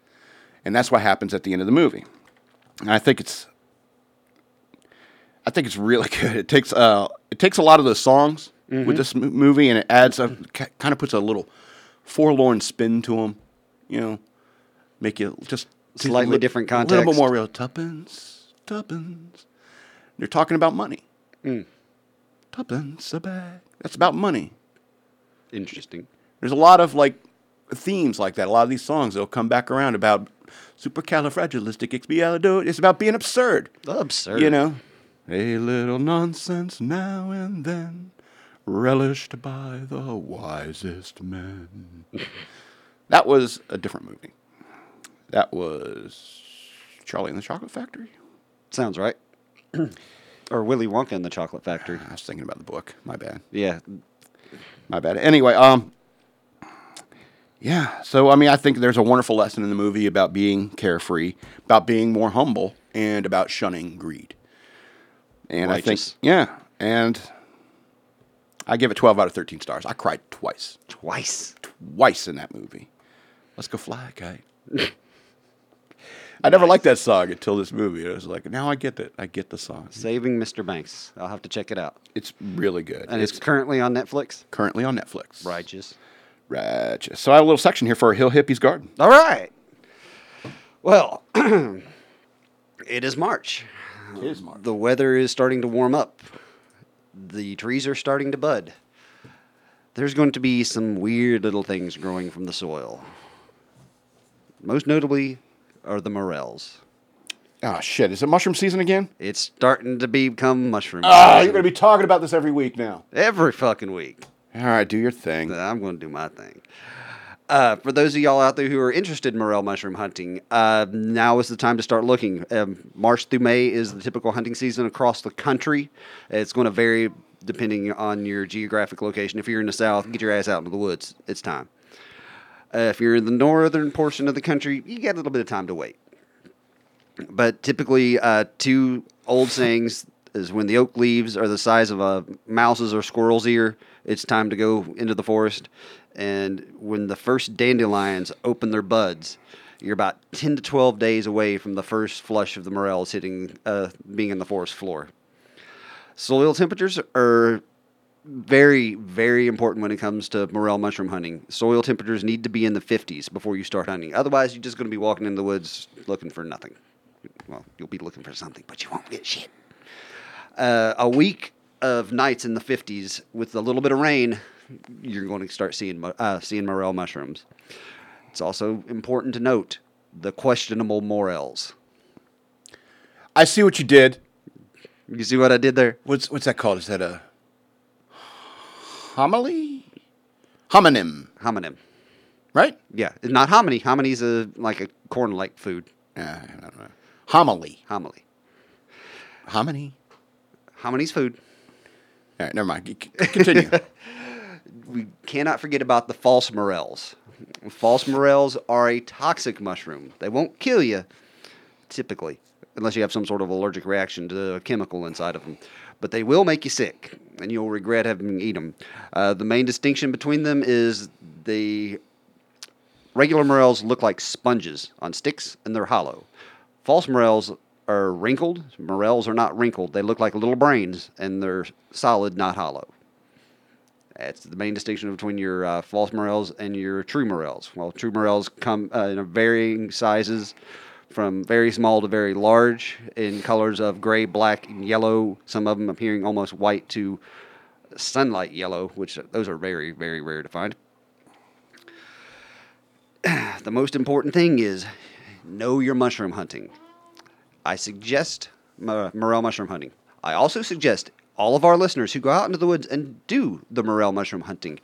[SPEAKER 1] and that's what happens at the end of the movie. And I think it's I think it's really good. It takes uh, it takes a lot of the songs with this mo- movie, and it adds a kind of puts a little forlorn spin to them. You know, make you just
[SPEAKER 2] Slightly different
[SPEAKER 1] a little bit
[SPEAKER 2] context.
[SPEAKER 1] more real. Tuppence, tuppence. They're talking about money. Tuppence a bag. That's about money.
[SPEAKER 2] Interesting.
[SPEAKER 1] There's a lot of like themes like that. A lot of these songs they'll come back around about supercalifragilisticexpialidocious. It's about being absurd.
[SPEAKER 2] Absurd.
[SPEAKER 1] You know, a little nonsense now and then, relished by the wisest men. that was a different movie. That was Charlie and the Chocolate Factory.
[SPEAKER 2] Sounds right. or Willy Wonka in the Chocolate Factory.
[SPEAKER 1] I was thinking about the book. My bad.
[SPEAKER 2] Yeah.
[SPEAKER 1] My bad. Anyway, um, yeah. So I mean, I think there's a wonderful lesson in the movie about being carefree, about being more humble, and about shunning greed. And
[SPEAKER 2] Righteous.
[SPEAKER 1] I think, yeah, and I give it 12 out of 13 stars. I cried twice,
[SPEAKER 2] Twice.
[SPEAKER 1] twice in that movie. Let's go fly, kite. I never liked that song until this movie. I was like, now I get it. I get the song.
[SPEAKER 2] Saving Mr. Banks. I'll have to check it out.
[SPEAKER 1] It's really good.
[SPEAKER 2] And
[SPEAKER 1] it's
[SPEAKER 2] it's currently on Netflix.
[SPEAKER 1] currently on Netflix.
[SPEAKER 2] Righteous.
[SPEAKER 1] Righteous. So I have a little section here for Hill Hippie's Garden.
[SPEAKER 2] All right. Well, it is March.
[SPEAKER 1] It is March.
[SPEAKER 2] The weather is starting to warm up. The trees are starting to bud. There's going to be some weird little things growing from the soil. Most notably are the morels.
[SPEAKER 1] Oh shit! Is it mushroom season again?
[SPEAKER 2] It's starting to become mushroom.
[SPEAKER 1] Ah, you're
[SPEAKER 2] season
[SPEAKER 1] gonna be talking about this every week now.
[SPEAKER 2] every fucking week.
[SPEAKER 1] All right, do your thing.
[SPEAKER 2] I'm going to do my thing. Uh, for those of y'all out there who are interested in morel mushroom hunting, uh, now is the time to start looking. Um, March through May is the typical hunting season across the country. It's going to vary depending on your geographic location. If you're in the south, get your ass out into the woods. It's time. Uh, if you're in the northern portion of the country, you got a little bit of time to wait. But typically, uh, two old sayings is when the oak leaves are the size of a mouse's or squirrel's ear, it's time to go into the forest. And when the first dandelions open their buds, you're about 10 to 12 days away from the first flush of the morels hitting, uh, being in the forest floor. Soil temperatures are very, very important when it comes to morel mushroom hunting. Soil temperatures need to be in the 50s before you start hunting. Otherwise, you're just going to be walking in the woods looking for nothing. Well, you'll be looking for something, but you won't get shit. Uh, a week of nights in the 50s with a little bit of rain, you're going to start seeing mu- uh, seeing morel mushrooms. It's also important to note the questionable morels.
[SPEAKER 1] I see what you did.
[SPEAKER 2] You see what I did there?
[SPEAKER 1] What's what's that called? Is that a homily? Homonym,
[SPEAKER 2] Hominem.
[SPEAKER 1] right?
[SPEAKER 2] Yeah, not hominy. Hominy's a like a corn-like food.
[SPEAKER 1] Uh, I don't know. Homily,
[SPEAKER 2] Homily.
[SPEAKER 1] hominy.
[SPEAKER 2] Homini's food.
[SPEAKER 1] All right, never mind. C- c- Continue.
[SPEAKER 2] we cannot forget about the false morels. False morels are a toxic mushroom. They won't kill you, typically, unless you have some sort of allergic reaction to a chemical inside of them. But they will make you sick, and you'll regret having eaten them. Uh, the main distinction between them is the regular morels look like sponges on sticks, and they're hollow. False morels are wrinkled. Morels are not wrinkled. They look like little brains, and they're solid, not hollow. That's the main distinction between your uh, false morels and your true morels. Well, true morels come uh, in varying sizes from very small to very large in colors of gray, black, and yellow. Some of them appearing almost white to sunlight yellow, which uh, those are very, very rare to find. the most important thing is know your mushroom hunting. I suggest mo- morel mushroom hunting. I also suggest all of our listeners who go out into the woods and do the morel mushroom hunting,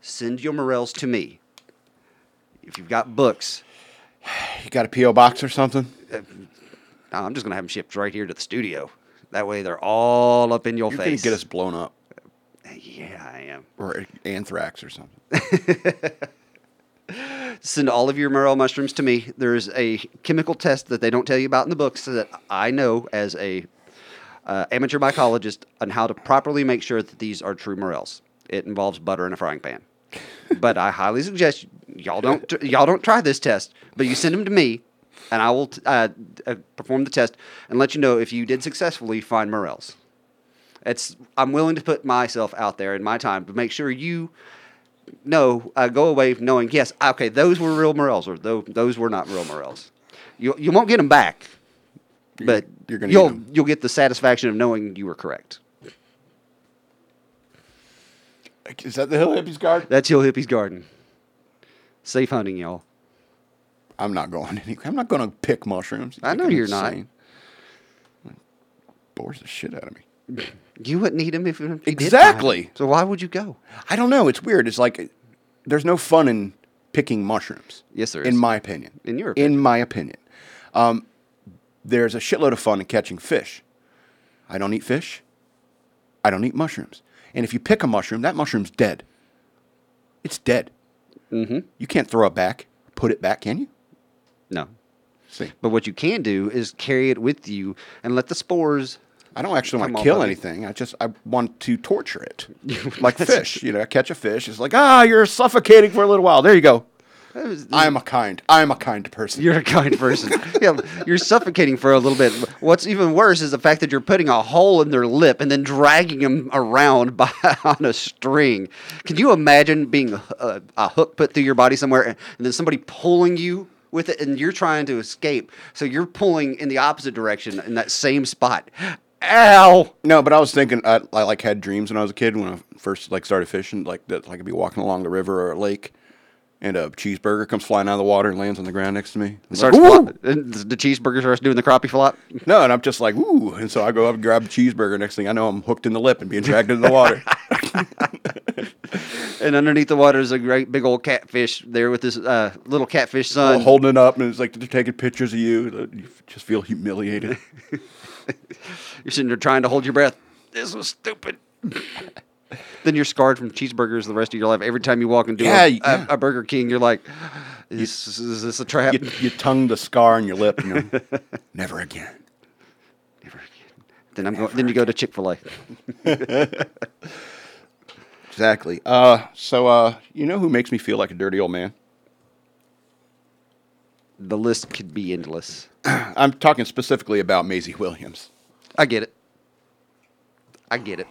[SPEAKER 2] send your morels to me. If you've got books,
[SPEAKER 1] You got a PO box or something?
[SPEAKER 2] no, I'm just gonna have them shipped right here to the studio. That way they're all up in your
[SPEAKER 1] You're gonna
[SPEAKER 2] face.
[SPEAKER 1] get us blown up
[SPEAKER 2] Yeah, I am.
[SPEAKER 1] or anthrax or something.
[SPEAKER 2] send all of your morel mushrooms to me. There's a chemical test that they don't tell you about in the books that I know as a uh, amateur mycologist on how to properly make sure that these are true morels. It involves butter in a frying pan. but I highly suggest y'all don't y'all don't try this test, but you send them to me, and I will t- uh, uh, perform the test and let you know if you did successfully find morels. It's I'm willing to put myself out there and my time to make sure you no, uh, go away knowing, yes, okay, those were real morels, or tho- those were not real morels. You, you won't get them back, but
[SPEAKER 1] you're gonna eat
[SPEAKER 2] you'll,
[SPEAKER 1] 'em.
[SPEAKER 2] you'll get the satisfaction of knowing you were correct.
[SPEAKER 1] Is that the Hill Hippies Guard?
[SPEAKER 2] That's Hill Hippie's Garden. Safe hunting, y'all.
[SPEAKER 1] I'm not going. Any, I'm not going to pick mushrooms.
[SPEAKER 2] I
[SPEAKER 1] think
[SPEAKER 2] know
[SPEAKER 1] I'm
[SPEAKER 2] you're not.
[SPEAKER 1] Bores the shit out of me.
[SPEAKER 2] You wouldn't eat them if you if you did find 'em.
[SPEAKER 1] Exactly.
[SPEAKER 2] So why would you go?
[SPEAKER 1] I don't know. It's weird. It's like there's no fun in picking mushrooms.
[SPEAKER 2] Yes, there is.
[SPEAKER 1] In my opinion.
[SPEAKER 2] In your
[SPEAKER 1] In my opinion, um, there's a shitload of fun in catching fish. I don't eat fish. I don't eat mushrooms. And if you pick a mushroom, that mushroom's dead. It's dead. Mm-hmm. You can't throw it back. Put it back, can you?
[SPEAKER 2] No.
[SPEAKER 1] See,
[SPEAKER 2] But what you can do is carry it with you and let the spores.
[SPEAKER 1] I don't actually want
[SPEAKER 2] Come
[SPEAKER 1] to
[SPEAKER 2] on,
[SPEAKER 1] kill
[SPEAKER 2] buddy.
[SPEAKER 1] anything. I just I want to torture it, like fish. You know, I catch a fish. It's like ah, you're suffocating for a little while. There you go. I'm a kind. I'm a kind person.
[SPEAKER 2] You're a kind person. yeah, you're suffocating for a little bit. What's even worse is the fact that you're putting a hole in their lip and then dragging them around by, on a string. Can you imagine being a, a hook put through your body somewhere and, and then somebody pulling you with it and you're trying to escape? So you're pulling in the opposite direction in that same spot. Ow!
[SPEAKER 1] No, but I was thinking I, I like had dreams when I was a kid when I first like started fishing, like that like I'd be walking along the river or a lake, and a cheeseburger comes flying out of the water and lands on the ground next to me. I'm like,
[SPEAKER 2] Starts
[SPEAKER 1] "Ooh!"
[SPEAKER 2] flop- and the cheeseburger starts doing the crappie flop.
[SPEAKER 1] No, and I'm just like ooh, and so I go up and grab the cheeseburger. Next thing I know, I'm hooked in the lip and being dragged into the water.
[SPEAKER 2] And underneath the water is a great big old catfish there with this uh, little catfish son.
[SPEAKER 1] holding it up, and it's like they're taking pictures of you. You just feel humiliated.
[SPEAKER 2] You're sitting there trying to hold your breath. This was stupid. then you're scarred from cheeseburgers the rest of your life. Every time you walk into
[SPEAKER 1] Yeah,
[SPEAKER 2] a,
[SPEAKER 1] y- yeah.
[SPEAKER 2] a, a Burger King, you're like, is, is this a trap?
[SPEAKER 1] you, you tongue the scar on your lip, and you know, never again.
[SPEAKER 2] Never again. Then I'm going, then you go to Chick Fil A.
[SPEAKER 1] Exactly. Uh, so uh, you know who makes me feel like a dirty old man?
[SPEAKER 2] The list could be endless.
[SPEAKER 1] I'm talking specifically about Maisie Williams.
[SPEAKER 2] I get it. I get it.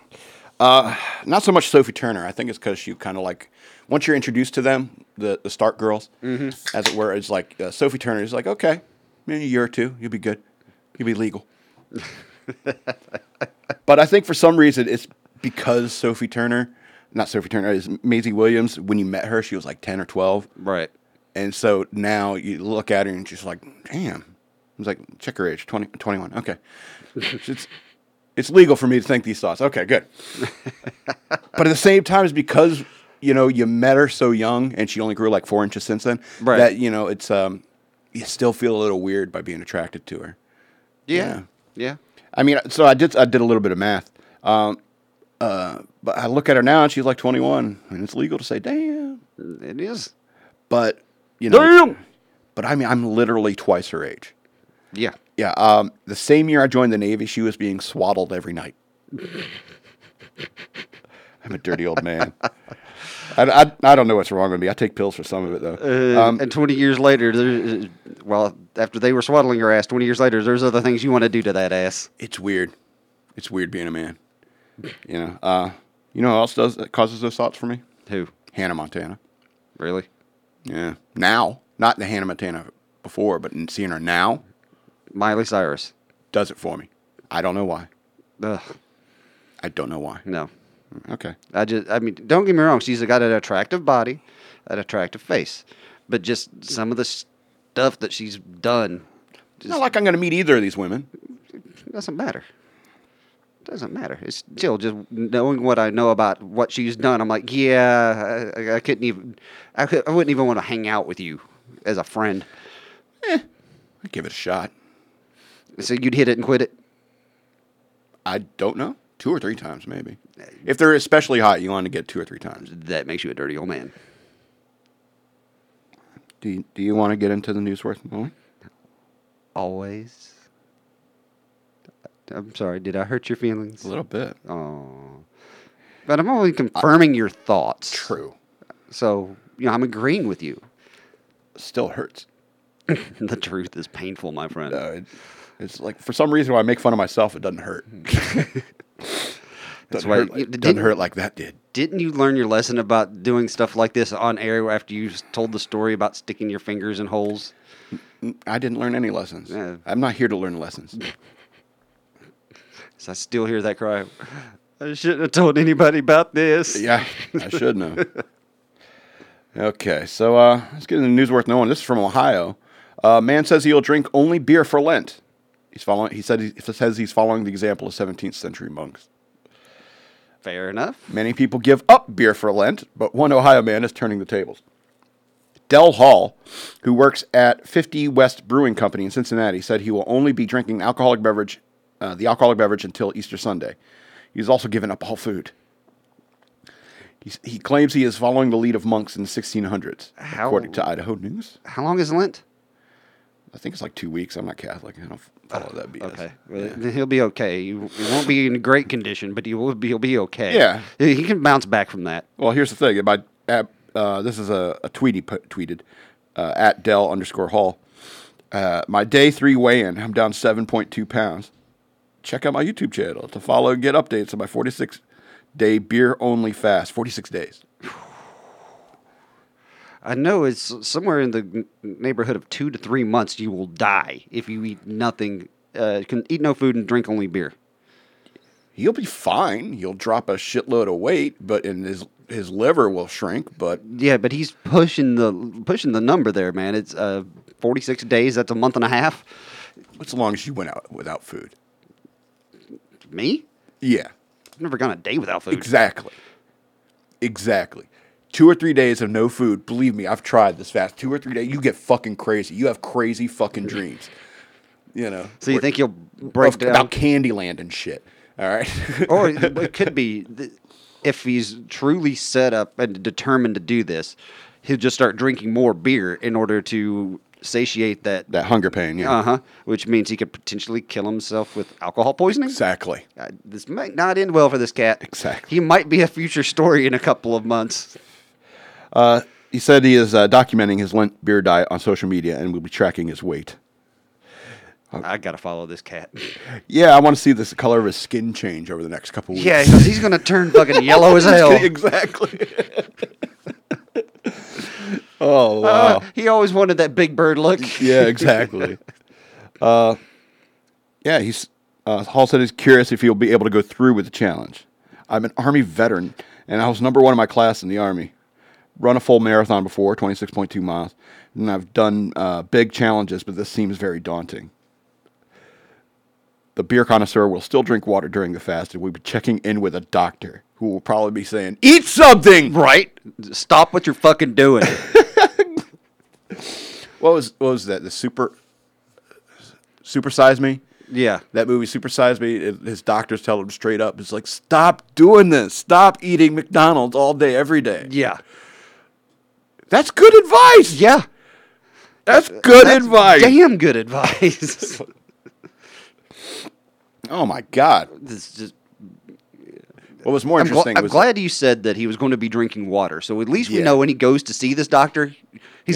[SPEAKER 1] Not so much Sophie Turner. I think it's because you kind of like once you're introduced to them, the the Stark girls, as it were, it's like uh, Sophie Turner is like, okay, in a year or two, you'll be good, you'll be legal. but I think for some reason it's because Sophie Turner, not Sophie Turner, is Maisie Williams. When you met her, she was like ten or twelve,
[SPEAKER 2] Right.
[SPEAKER 1] and so now you look at her and she's like, damn. I was like, check her age, 20, 21. Okay. it's, it's legal for me to think these thoughts. Okay, good. but at the same time, it's because, you know, you met her so young and she only grew like four inches since then
[SPEAKER 2] Right.
[SPEAKER 1] that, you know, it's, um, you still feel a little weird by being attracted to her.
[SPEAKER 2] Yeah. Yeah.
[SPEAKER 1] I mean, so I did, I did a little bit of math. Um, uh, but I look at her now and she's like 21 and it's legal to say, damn.
[SPEAKER 2] It is.
[SPEAKER 1] But, you know,
[SPEAKER 2] Damn.
[SPEAKER 1] but I mean, I'm literally twice her age.
[SPEAKER 2] Yeah.
[SPEAKER 1] Yeah. Um, the same year I joined the Navy, she was being swaddled every night. I'm a dirty old man. I, I, I don't know what's wrong with me. I take pills for some of it, though.
[SPEAKER 2] Uh, and 20 years later, there, well, after they were swaddling your ass, 20 years later, there's other things you want to do to that ass.
[SPEAKER 1] It's weird. It's weird being a man. You know, uh, you know who else does causes those thoughts for me?
[SPEAKER 2] Who?
[SPEAKER 1] Hannah Montana.
[SPEAKER 2] Really?
[SPEAKER 1] Yeah. Now. Not the Hannah Montana before, but seeing her now.
[SPEAKER 2] Miley Cyrus.
[SPEAKER 1] Does it for me. I don't know why.
[SPEAKER 2] Ugh,
[SPEAKER 1] I don't know why.
[SPEAKER 2] no.
[SPEAKER 1] Okay.
[SPEAKER 2] I just, I mean, don't get me wrong. She's got an attractive body, an attractive face, but just some of the stuff that she's done
[SPEAKER 1] It's not like I'm going to meet either of these women.
[SPEAKER 2] doesn't matter. Doesn't matter. It's still just knowing what I know about what she's done. I'm like, yeah, I- I, I couldn't even, I, could, I wouldn't even want to hang out with you as a friend.
[SPEAKER 1] Eh, I'd give it a shot.
[SPEAKER 2] So you'd hit it and quit it.
[SPEAKER 1] I don't know. Two or three times, maybe. If they're especially hot, you want to get two or three times.
[SPEAKER 2] That makes you a dirty old man.
[SPEAKER 1] Do you, do you want to get into the news worth knowing?
[SPEAKER 2] Always. I'm sorry. Did I hurt your feelings?
[SPEAKER 1] A little bit.
[SPEAKER 2] Oh. But I'm only confirming your thoughts.
[SPEAKER 1] True.
[SPEAKER 2] So, you know, I'm agreeing with you.
[SPEAKER 1] Still hurts.
[SPEAKER 2] the truth is painful, my friend.
[SPEAKER 1] No, Uh, it, it's like for some reason when I make fun of myself, it doesn't hurt.
[SPEAKER 2] That's
[SPEAKER 1] doesn't
[SPEAKER 2] why
[SPEAKER 1] hurt like,
[SPEAKER 2] you-
[SPEAKER 1] doesn't
[SPEAKER 2] didn't-
[SPEAKER 1] hurt like that did.
[SPEAKER 2] Didn't you learn your lesson about doing stuff like this on air after you s- told the story about sticking your fingers in holes?
[SPEAKER 1] I didn't learn any lessons.
[SPEAKER 2] Yeah.
[SPEAKER 1] I'm not here to learn lessons.
[SPEAKER 2] 'Cause I still hear that cry. I shouldn't have told anybody about this.
[SPEAKER 1] yeah, I should know. Okay, so uh, let's get into the news worth knowing. This is from Ohio. Uh, man says he'll drink only beer for Lent. He's following. He said he says he's following the example of 17th century monks.
[SPEAKER 2] Fair enough.
[SPEAKER 1] Many people give up beer for Lent, but one Ohio man is turning the tables. Del Hall, who works at 50 West Brewing Company in Cincinnati, said he will only be drinking alcoholic beverage, uh, the alcoholic beverage until Easter Sunday. He's also given up all food. He's, he claims he is following the lead of monks in the 1600s,
[SPEAKER 2] How-
[SPEAKER 1] according to Idaho News.
[SPEAKER 2] How long is Lent?
[SPEAKER 1] I think it's like two weeks. I'm not Catholic. I don't follow that BS.
[SPEAKER 2] Okay. Well, then he'll be okay. You you won't be in great condition, but you will be, he'll be okay.
[SPEAKER 1] Yeah.
[SPEAKER 2] He can bounce back from that.
[SPEAKER 1] Well, here's the thing. About at, uh, this is a, a tweet he put, tweeted uh, at Dell underscore Hall. Uh, my day three weigh-in. I'm down seven point two pounds. Check out my YouTube channel to follow and get updates on my 46 day beer only fast. 46 days.
[SPEAKER 2] I know it's somewhere in the n- neighborhood of two to three months you will die if you eat nothing, uh, can eat no food and drink only beer.
[SPEAKER 1] He'll be fine. He'll drop a shitload of weight, but and his his liver will shrink. But
[SPEAKER 2] Yeah, but he's pushing the pushing the number there, man. It's uh, 46 days. That's a month and a half.
[SPEAKER 1] what's as long as you went out without food?
[SPEAKER 2] Me?
[SPEAKER 1] Yeah,
[SPEAKER 2] I've never gone a day without food.
[SPEAKER 1] exactly, exactly. Two or three days of no food. Believe me, I've tried this fast. Two or three days, you get fucking crazy. You have crazy fucking dreams. You know.
[SPEAKER 2] So you
[SPEAKER 1] Where-
[SPEAKER 2] think you'll break
[SPEAKER 1] of-
[SPEAKER 2] down?
[SPEAKER 1] about Candyland and shit? All right.
[SPEAKER 2] or it it could be th- if he's truly set up and determined to do this, he'll just start drinking more beer in order to satiate that.
[SPEAKER 1] that hunger pain. Yeah.
[SPEAKER 2] Uh huh. Which means he could potentially kill himself with alcohol poisoning.
[SPEAKER 1] Exactly.
[SPEAKER 2] Uh, this might not end well for this cat.
[SPEAKER 1] Exactly.
[SPEAKER 2] He might be a future story in a couple of months.
[SPEAKER 1] Uh, he said he is uh, documenting his Lent beer diet on social media and will be tracking his weight. Uh,
[SPEAKER 2] I gotta follow this cat.
[SPEAKER 1] Yeah, I want to see this, the color of his skin change over the next couple weeks.
[SPEAKER 2] Yeah, 'cause he's gonna turn fucking yellow as hell.
[SPEAKER 1] exactly. oh wow.
[SPEAKER 2] Uh, he always wanted that big bird look.
[SPEAKER 1] yeah, exactly. uh, yeah, he's uh, Hall said he's curious if he'll be able to go through with the challenge. I'm an Army veteran, and I was number one in my class in the Army. Run a full marathon before, 26.2 miles, and I've done uh, big challenges, but this seems very daunting. The beer connoisseur will still drink water during the fast, and we'll be checking in with a doctor who will probably be saying, "Eat something."
[SPEAKER 2] Right? Stop what you're fucking doing.
[SPEAKER 1] What was what was that? The super supersize me.
[SPEAKER 2] yeah.
[SPEAKER 1] That movie Super Size Me, it- his doctors tell him straight up, it's like, stop doing this. Stop eating McDonald's all day, every day.
[SPEAKER 2] Yeah.
[SPEAKER 1] That's good advice.
[SPEAKER 2] Yeah.
[SPEAKER 1] That's good
[SPEAKER 2] That's
[SPEAKER 1] advice.
[SPEAKER 2] Damn good advice.
[SPEAKER 1] Oh my God.
[SPEAKER 2] This is just-
[SPEAKER 1] What was more
[SPEAKER 2] I'm, gl-
[SPEAKER 1] interesting
[SPEAKER 2] I'm
[SPEAKER 1] was
[SPEAKER 2] glad you said that he was going to be drinking water. So at least we
[SPEAKER 1] Yeah.
[SPEAKER 2] know when he goes to see this doctor, he's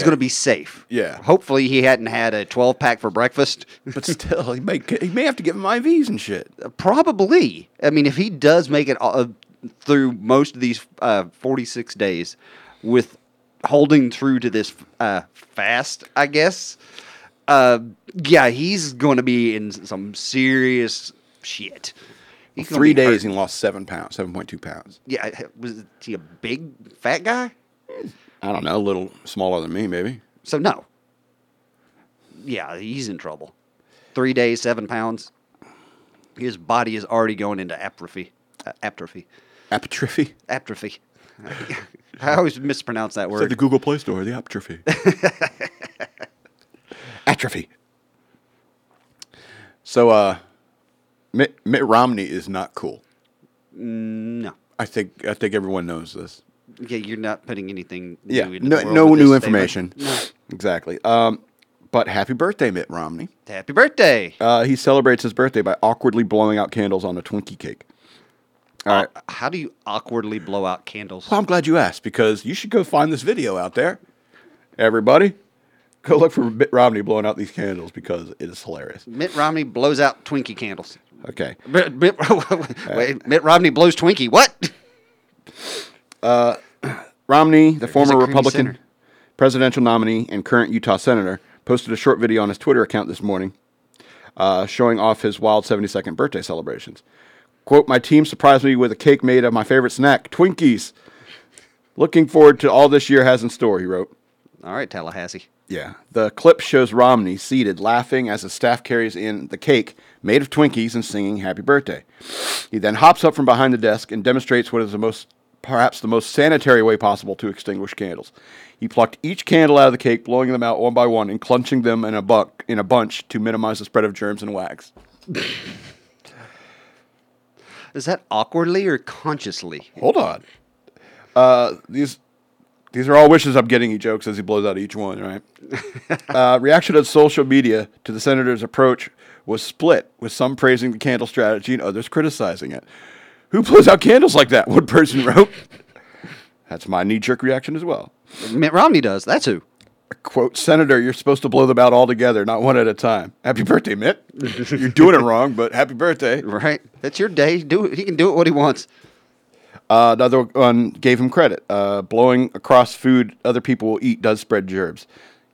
[SPEAKER 1] Yeah.
[SPEAKER 2] going to be safe.
[SPEAKER 1] Yeah.
[SPEAKER 2] Hopefully he hadn't had a 12 pack for breakfast.
[SPEAKER 1] but still, he may, he may have to give him IVs and shit.
[SPEAKER 2] Probably. I mean, if he does make it all- uh, through most of these uh, 46 days with holding true to this uh, fast, I guess, Uh, yeah, he's going to be in some serious shit. He's gonna
[SPEAKER 1] Three
[SPEAKER 2] be hurt.
[SPEAKER 1] days and lost seven pounds, seven point two pounds.
[SPEAKER 2] Yeah, was he a big fat guy?
[SPEAKER 1] I don't know, a little smaller than me, maybe.
[SPEAKER 2] So no. Yeah, he's in trouble. Three days, seven pounds. His body is already going into atrophy. Uh, atrophy.
[SPEAKER 1] Apotrophy.
[SPEAKER 2] Atrophy. I always mispronounce that
[SPEAKER 1] It's at
[SPEAKER 2] word.
[SPEAKER 1] the Google Play Store, the atrophy. atrophy. So, uh, Mitt, Mitt Romney is not cool.
[SPEAKER 2] no.
[SPEAKER 1] I think I think everyone knows this.
[SPEAKER 2] Yeah, you're not putting anything
[SPEAKER 1] Yeah,
[SPEAKER 2] new into
[SPEAKER 1] no,
[SPEAKER 2] the world
[SPEAKER 1] no
[SPEAKER 2] with
[SPEAKER 1] new
[SPEAKER 2] this statement.
[SPEAKER 1] information. Exactly. Um, but happy birthday, Mitt Romney.
[SPEAKER 2] Happy birthday.
[SPEAKER 1] Uh, he celebrates his birthday by awkwardly blowing out candles on a Twinkie cake. All right.
[SPEAKER 2] Uh, How do you awkwardly blow out candles?
[SPEAKER 1] Well, I'm glad you asked because you should go find this video out there. Everybody, go look for Mitt Romney blowing out these candles because it is hilarious.
[SPEAKER 2] Mitt Romney blows out Twinkie candles.
[SPEAKER 1] Okay.
[SPEAKER 2] Mitt, Mitt,
[SPEAKER 1] Uh,
[SPEAKER 2] wait, Mitt Romney blows Twinkie. What?
[SPEAKER 1] Romney, the
[SPEAKER 2] a
[SPEAKER 1] former
[SPEAKER 2] creamy
[SPEAKER 1] Republican
[SPEAKER 2] center.
[SPEAKER 1] presidential nominee and current Utah senator, posted a short video on his Twitter account this morning uh, showing off his wild 72nd birthday celebrations. Quote, My team surprised me with a cake made of my favorite snack, Twinkies. Looking forward to all this year has in store, he wrote.
[SPEAKER 2] All right, Tallahassee.
[SPEAKER 1] Yeah. The clip shows Romney seated, laughing as his staff carries in the cake made of Twinkies and singing happy birthday. He then hops up from behind the desk and demonstrates what is the most, perhaps the most sanitary way possible to extinguish candles. He plucked each candle out of the cake, blowing them out one by one and clunching them in a, buck, in a bunch to minimize the spread of germs and wax.
[SPEAKER 2] Is that awkwardly or consciously?
[SPEAKER 1] Hold on. Uh, these these are all wishes I'm getting. He jokes as he blows out each one. Right. uh, reaction on social media to the senator's approach was split, with some praising the candle strategy and others criticizing it. Who blows out candles like that? One person wrote. That's my knee jerk reaction as well.
[SPEAKER 2] Mitt Romney does. That's who.
[SPEAKER 1] Quote, Senator, you're supposed to blow them out all together, not one at a time. Happy birthday, Mitt. you're doing it wrong, but happy birthday.
[SPEAKER 2] Right? That's your day. Do it. He can do it what he wants.
[SPEAKER 1] Uh, another one gave him credit. Uh, blowing across food other people will eat does spread germs.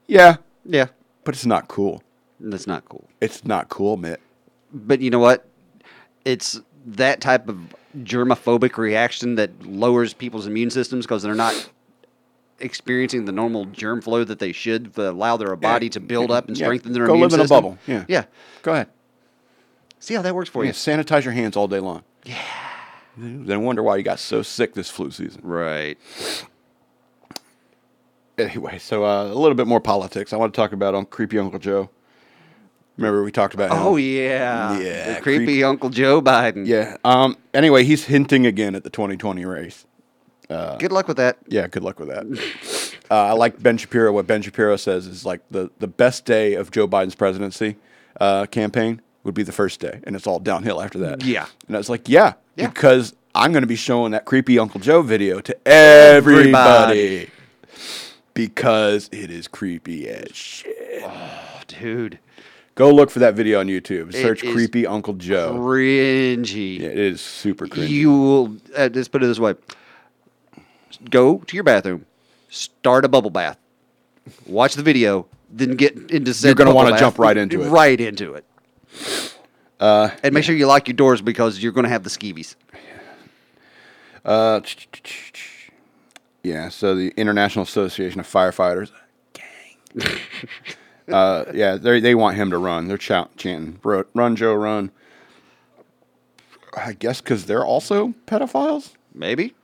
[SPEAKER 1] Yeah,
[SPEAKER 2] Yeah.
[SPEAKER 1] but it's not cool.
[SPEAKER 2] That's not cool.
[SPEAKER 1] It's not cool, Mitt.
[SPEAKER 2] But you know what? It's that type of germophobic reaction that lowers people's immune systems because they're not experiencing the normal germ flow that they should that allow their body to build up and
[SPEAKER 1] Yeah,
[SPEAKER 2] strengthen their
[SPEAKER 1] go
[SPEAKER 2] immune
[SPEAKER 1] live in a
[SPEAKER 2] system.
[SPEAKER 1] bubble. Yeah.
[SPEAKER 2] Yeah.
[SPEAKER 1] Go ahead.
[SPEAKER 2] See how that works for
[SPEAKER 1] Yeah,
[SPEAKER 2] you.
[SPEAKER 1] sanitize your hands all day long. Yeah. Then wonder why you got so sick this flu season.
[SPEAKER 2] Right.
[SPEAKER 1] Anyway, so uh, a little bit more politics. I want to talk about on Creepy Uncle Joe. Remember we talked about him?
[SPEAKER 2] Oh yeah.
[SPEAKER 1] Yeah,
[SPEAKER 2] The creepy
[SPEAKER 1] creep-
[SPEAKER 2] Uncle Joe Biden.
[SPEAKER 1] Yeah. Um, anyway, he's hinting again at the 2020 race.
[SPEAKER 2] Good luck with that.
[SPEAKER 1] Yeah, good luck with that. uh, I like Ben Shapiro. What Ben Shapiro says is like the, the best day of Joe Biden's presidency uh, campaign would be the first day, and it's all downhill after that.
[SPEAKER 2] Yeah.
[SPEAKER 1] And I was like, yeah,
[SPEAKER 2] Yeah.
[SPEAKER 1] because I'm going to be showing that creepy Uncle Joe video to everybody.
[SPEAKER 2] Everybody.
[SPEAKER 1] Because it is creepy as shit.
[SPEAKER 2] Oh, dude.
[SPEAKER 1] Go look for that video on YouTube. Search
[SPEAKER 2] is
[SPEAKER 1] "creepy Uncle Joe."
[SPEAKER 2] Cringy.
[SPEAKER 1] yeah, it is super cringy.
[SPEAKER 2] you will uh, just put it this way go to your bathroom start a bubble bath watch the video then get into said
[SPEAKER 1] You're gonna
[SPEAKER 2] bubble
[SPEAKER 1] wanna
[SPEAKER 2] bath.
[SPEAKER 1] jump right into it.
[SPEAKER 2] right into it uh, and make sure you lock your doors because you're going to have the skeevies
[SPEAKER 1] Uh, yeah, so the International Association of Firefighters. Gang. uh, yeah, they they want him to run. They're chou- chanting, "Ru- run, Joe, run. I guess because they're also pedophiles.
[SPEAKER 2] maybe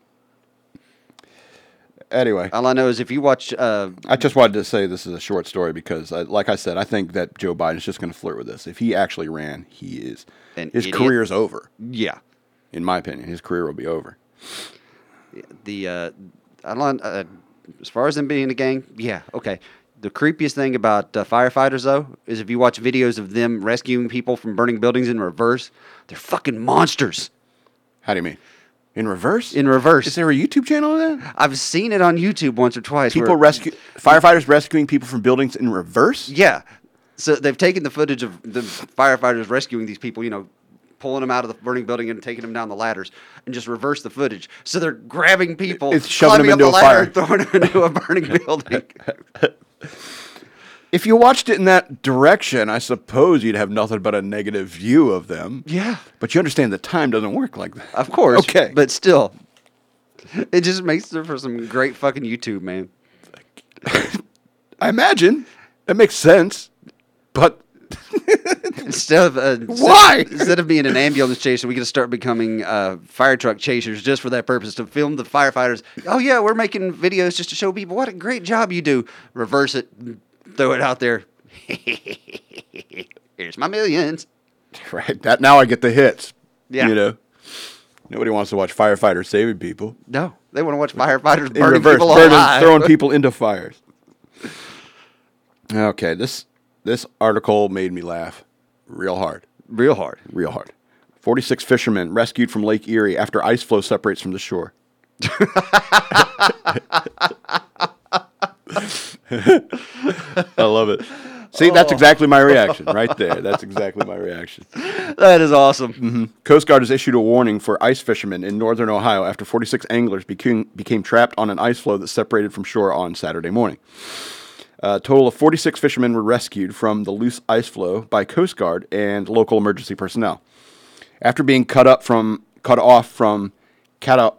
[SPEAKER 1] Anyway,
[SPEAKER 2] all i know is if you watch uh,
[SPEAKER 1] I just wanted to say this is a short story because, I, like I said, I think that Joe Biden's just going to flirt with this. If he actually ran, he is.
[SPEAKER 2] An
[SPEAKER 1] his
[SPEAKER 2] idiot.
[SPEAKER 1] career's over,
[SPEAKER 2] yeah
[SPEAKER 1] in my opinion. His career will be over.
[SPEAKER 2] the uh, I don't, uh, as far as them being in a gang, yeah, okay. The creepiest thing about uh, firefighters though is if you watch videos of them rescuing people from burning buildings in reverse, they're fucking monsters
[SPEAKER 1] How do you mean? In reverse?
[SPEAKER 2] in reverse.
[SPEAKER 1] is there a YouTube channel of that?
[SPEAKER 2] I've seen it on YouTube once or twice.
[SPEAKER 1] people
[SPEAKER 2] where-
[SPEAKER 1] rescue firefighters rescuing people from buildings in reverse.
[SPEAKER 2] yeah. So they've taken the footage of the firefighters rescuing these people, you know, pulling them out of the burning building and taking them down the ladders, and just reverse the footage. So they're grabbing people,
[SPEAKER 1] It's shoving
[SPEAKER 2] climbing
[SPEAKER 1] them
[SPEAKER 2] up
[SPEAKER 1] into a
[SPEAKER 2] the ladder, and throwing them into a burning building.
[SPEAKER 1] If you watched it in that direction, I suppose you'd have nothing but a negative view of them.
[SPEAKER 2] Yeah.
[SPEAKER 1] But you understand that time doesn't work like that.
[SPEAKER 2] Of course.
[SPEAKER 1] Okay.
[SPEAKER 2] But still, it just makes there for some great fucking YouTube, man.
[SPEAKER 1] I imagine it makes sense, but
[SPEAKER 2] Instead of uh, instead-
[SPEAKER 1] Why?
[SPEAKER 2] Instead of being an ambulance chaser, we could start becoming uh, fire truck chasers just for that purpose to film the firefighters. Oh yeah, we're making videos just to show people what a great job you do. Reverse it, throw it out there. Here's my millions.
[SPEAKER 1] right that now I get the hits.
[SPEAKER 2] Yeah.
[SPEAKER 1] You know, nobody wants to watch firefighters saving people.
[SPEAKER 2] No, they want to watch firefighters
[SPEAKER 1] In
[SPEAKER 2] burning
[SPEAKER 1] reverse,
[SPEAKER 2] people
[SPEAKER 1] burning-
[SPEAKER 2] alive.
[SPEAKER 1] throwing people into fires. Okay, this this article made me laugh real hard.
[SPEAKER 2] real hard.
[SPEAKER 1] real hard. 46 fishermen rescued from Lake Erie after ice flow separates from the shore. I love it. See, that's
[SPEAKER 2] Oh.
[SPEAKER 1] exactly my reaction right there. That's exactly my reaction.
[SPEAKER 2] That is awesome.
[SPEAKER 1] Mm-hmm. Coast Guard has issued a warning for ice fishermen in northern Ohio after 46 anglers became, became trapped on an ice floe that separated from shore on Saturday morning. A total of 46 fishermen were rescued from the loose ice floe by Coast Guard and local emergency personnel. After being cut up from cut off from Cata,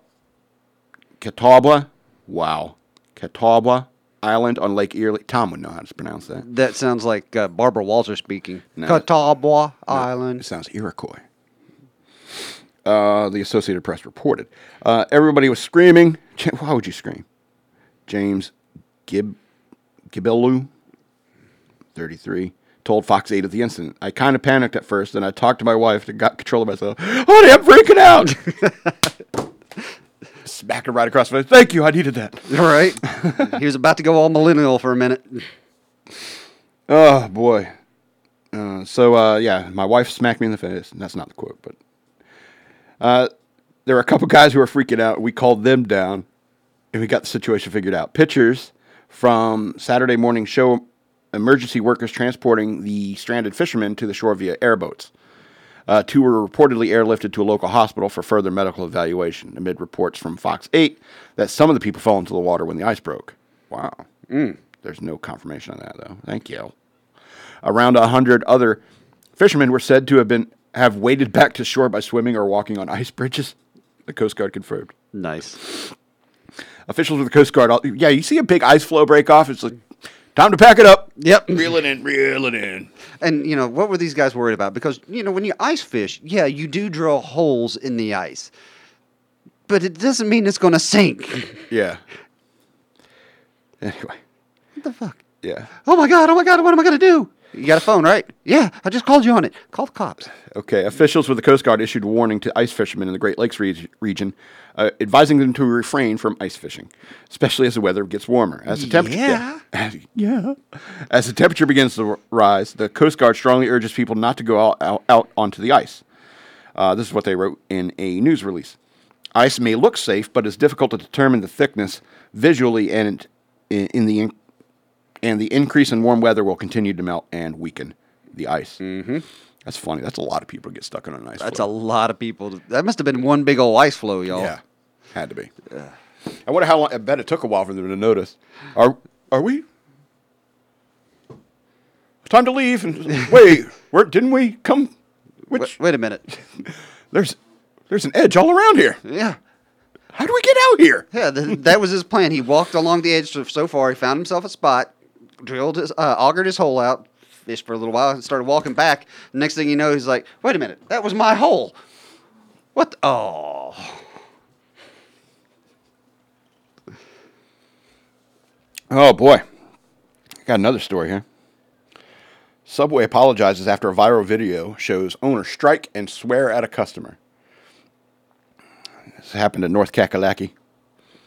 [SPEAKER 1] Catawba, wow, Catawba Island on Lake Erie. Tom would know how to pronounce that.
[SPEAKER 2] That sounds like uh, Barbara Walters speaking.
[SPEAKER 1] No.
[SPEAKER 2] Catawba
[SPEAKER 1] It
[SPEAKER 2] Island.
[SPEAKER 1] sounds Iroquois. Uh, the Associated Press reported. Uh, everybody was screaming. Ja- Why would you scream? James Gib- Gibellu, 33, told Fox 8 of the incident. I kind of panicked at first, and I talked to my wife and got control of myself. Honey, I'm freaking out. Smacked her right across the face. Thank you. I needed that.
[SPEAKER 2] All right. he was about to go all millennial for a minute.
[SPEAKER 1] Oh boy. Uh, so uh, yeah, my wife smacked me in the face. And that's not the quote, but uh, there were a couple guys who were freaking out. We called them down, and we got the situation figured out. Pictures from Saturday morning show emergency workers transporting the stranded fishermen to the shore via airboats. Uh, two were reportedly airlifted to a local hospital for further medical evaluation amid reports from Fox 8 that some of the people fell into the water when the ice broke. Wow. There's no confirmation on that, though. Thank you. Around 100 other fishermen were said to have been have waded back to shore by swimming or walking on ice bridges, the Coast Guard confirmed.
[SPEAKER 2] Nice.
[SPEAKER 1] Officials with the Coast Guard, all, yeah, you see a big ice flow break off, it's like, time to pack it up.
[SPEAKER 2] Yep.
[SPEAKER 1] Reel it in, reel it in.
[SPEAKER 2] And you know what were these guys worried about? Because you know when you ice fish, yeah, you do drill holes in the ice, but it doesn't mean it's going to sink.
[SPEAKER 1] Yeah. Anyway,
[SPEAKER 2] what the fuck?
[SPEAKER 1] yeah.
[SPEAKER 2] Oh my god! Oh my god! What am I going to do? You got a phone, right? Yeah, I just called you on it. Call the cops.
[SPEAKER 1] Okay, officials with the Coast Guard issued a warning to ice fishermen in the Great Lakes re- region, uh, advising them to refrain from ice fishing, especially as the weather gets warmer. As the temperature,
[SPEAKER 2] Yeah.
[SPEAKER 1] yeah, as the temperature begins to r- rise, the Coast Guard strongly urges people not to go out, out, out onto the ice. Uh, this is what they wrote in a news release. Ice may look safe, but it's difficult to determine the thickness visually, and in, in the in- and the increase in warm weather will continue to melt and weaken the ice. Mm-hmm. That's funny. That's a lot of people get stuck on an ice.
[SPEAKER 2] That's a
[SPEAKER 1] floe.
[SPEAKER 2] lot of people. to- That must have been one big old ice flow, y'all.
[SPEAKER 1] yeah, had to be. I wonder how long. I bet it took a while for them to notice. Are are we? Time to leave. And wait, where didn't we come?
[SPEAKER 2] Wa-
[SPEAKER 1] Which
[SPEAKER 2] wait a minute.
[SPEAKER 1] there's there's an edge all around here.
[SPEAKER 2] Yeah.
[SPEAKER 1] How do we get out here?
[SPEAKER 2] Yeah, th- that was his plan. He walked along the edge so- so far. He found himself a spot, drilled his, uh, augured his hole out, fished for a little while, and started walking back. Next thing you know, he's like, "Wait a minute, that was my hole." What? The- oh,
[SPEAKER 1] Oh boy, I got another story here. Subway apologizes after a viral video shows owner strike and swear at a customer. This happened in North Kakalaki.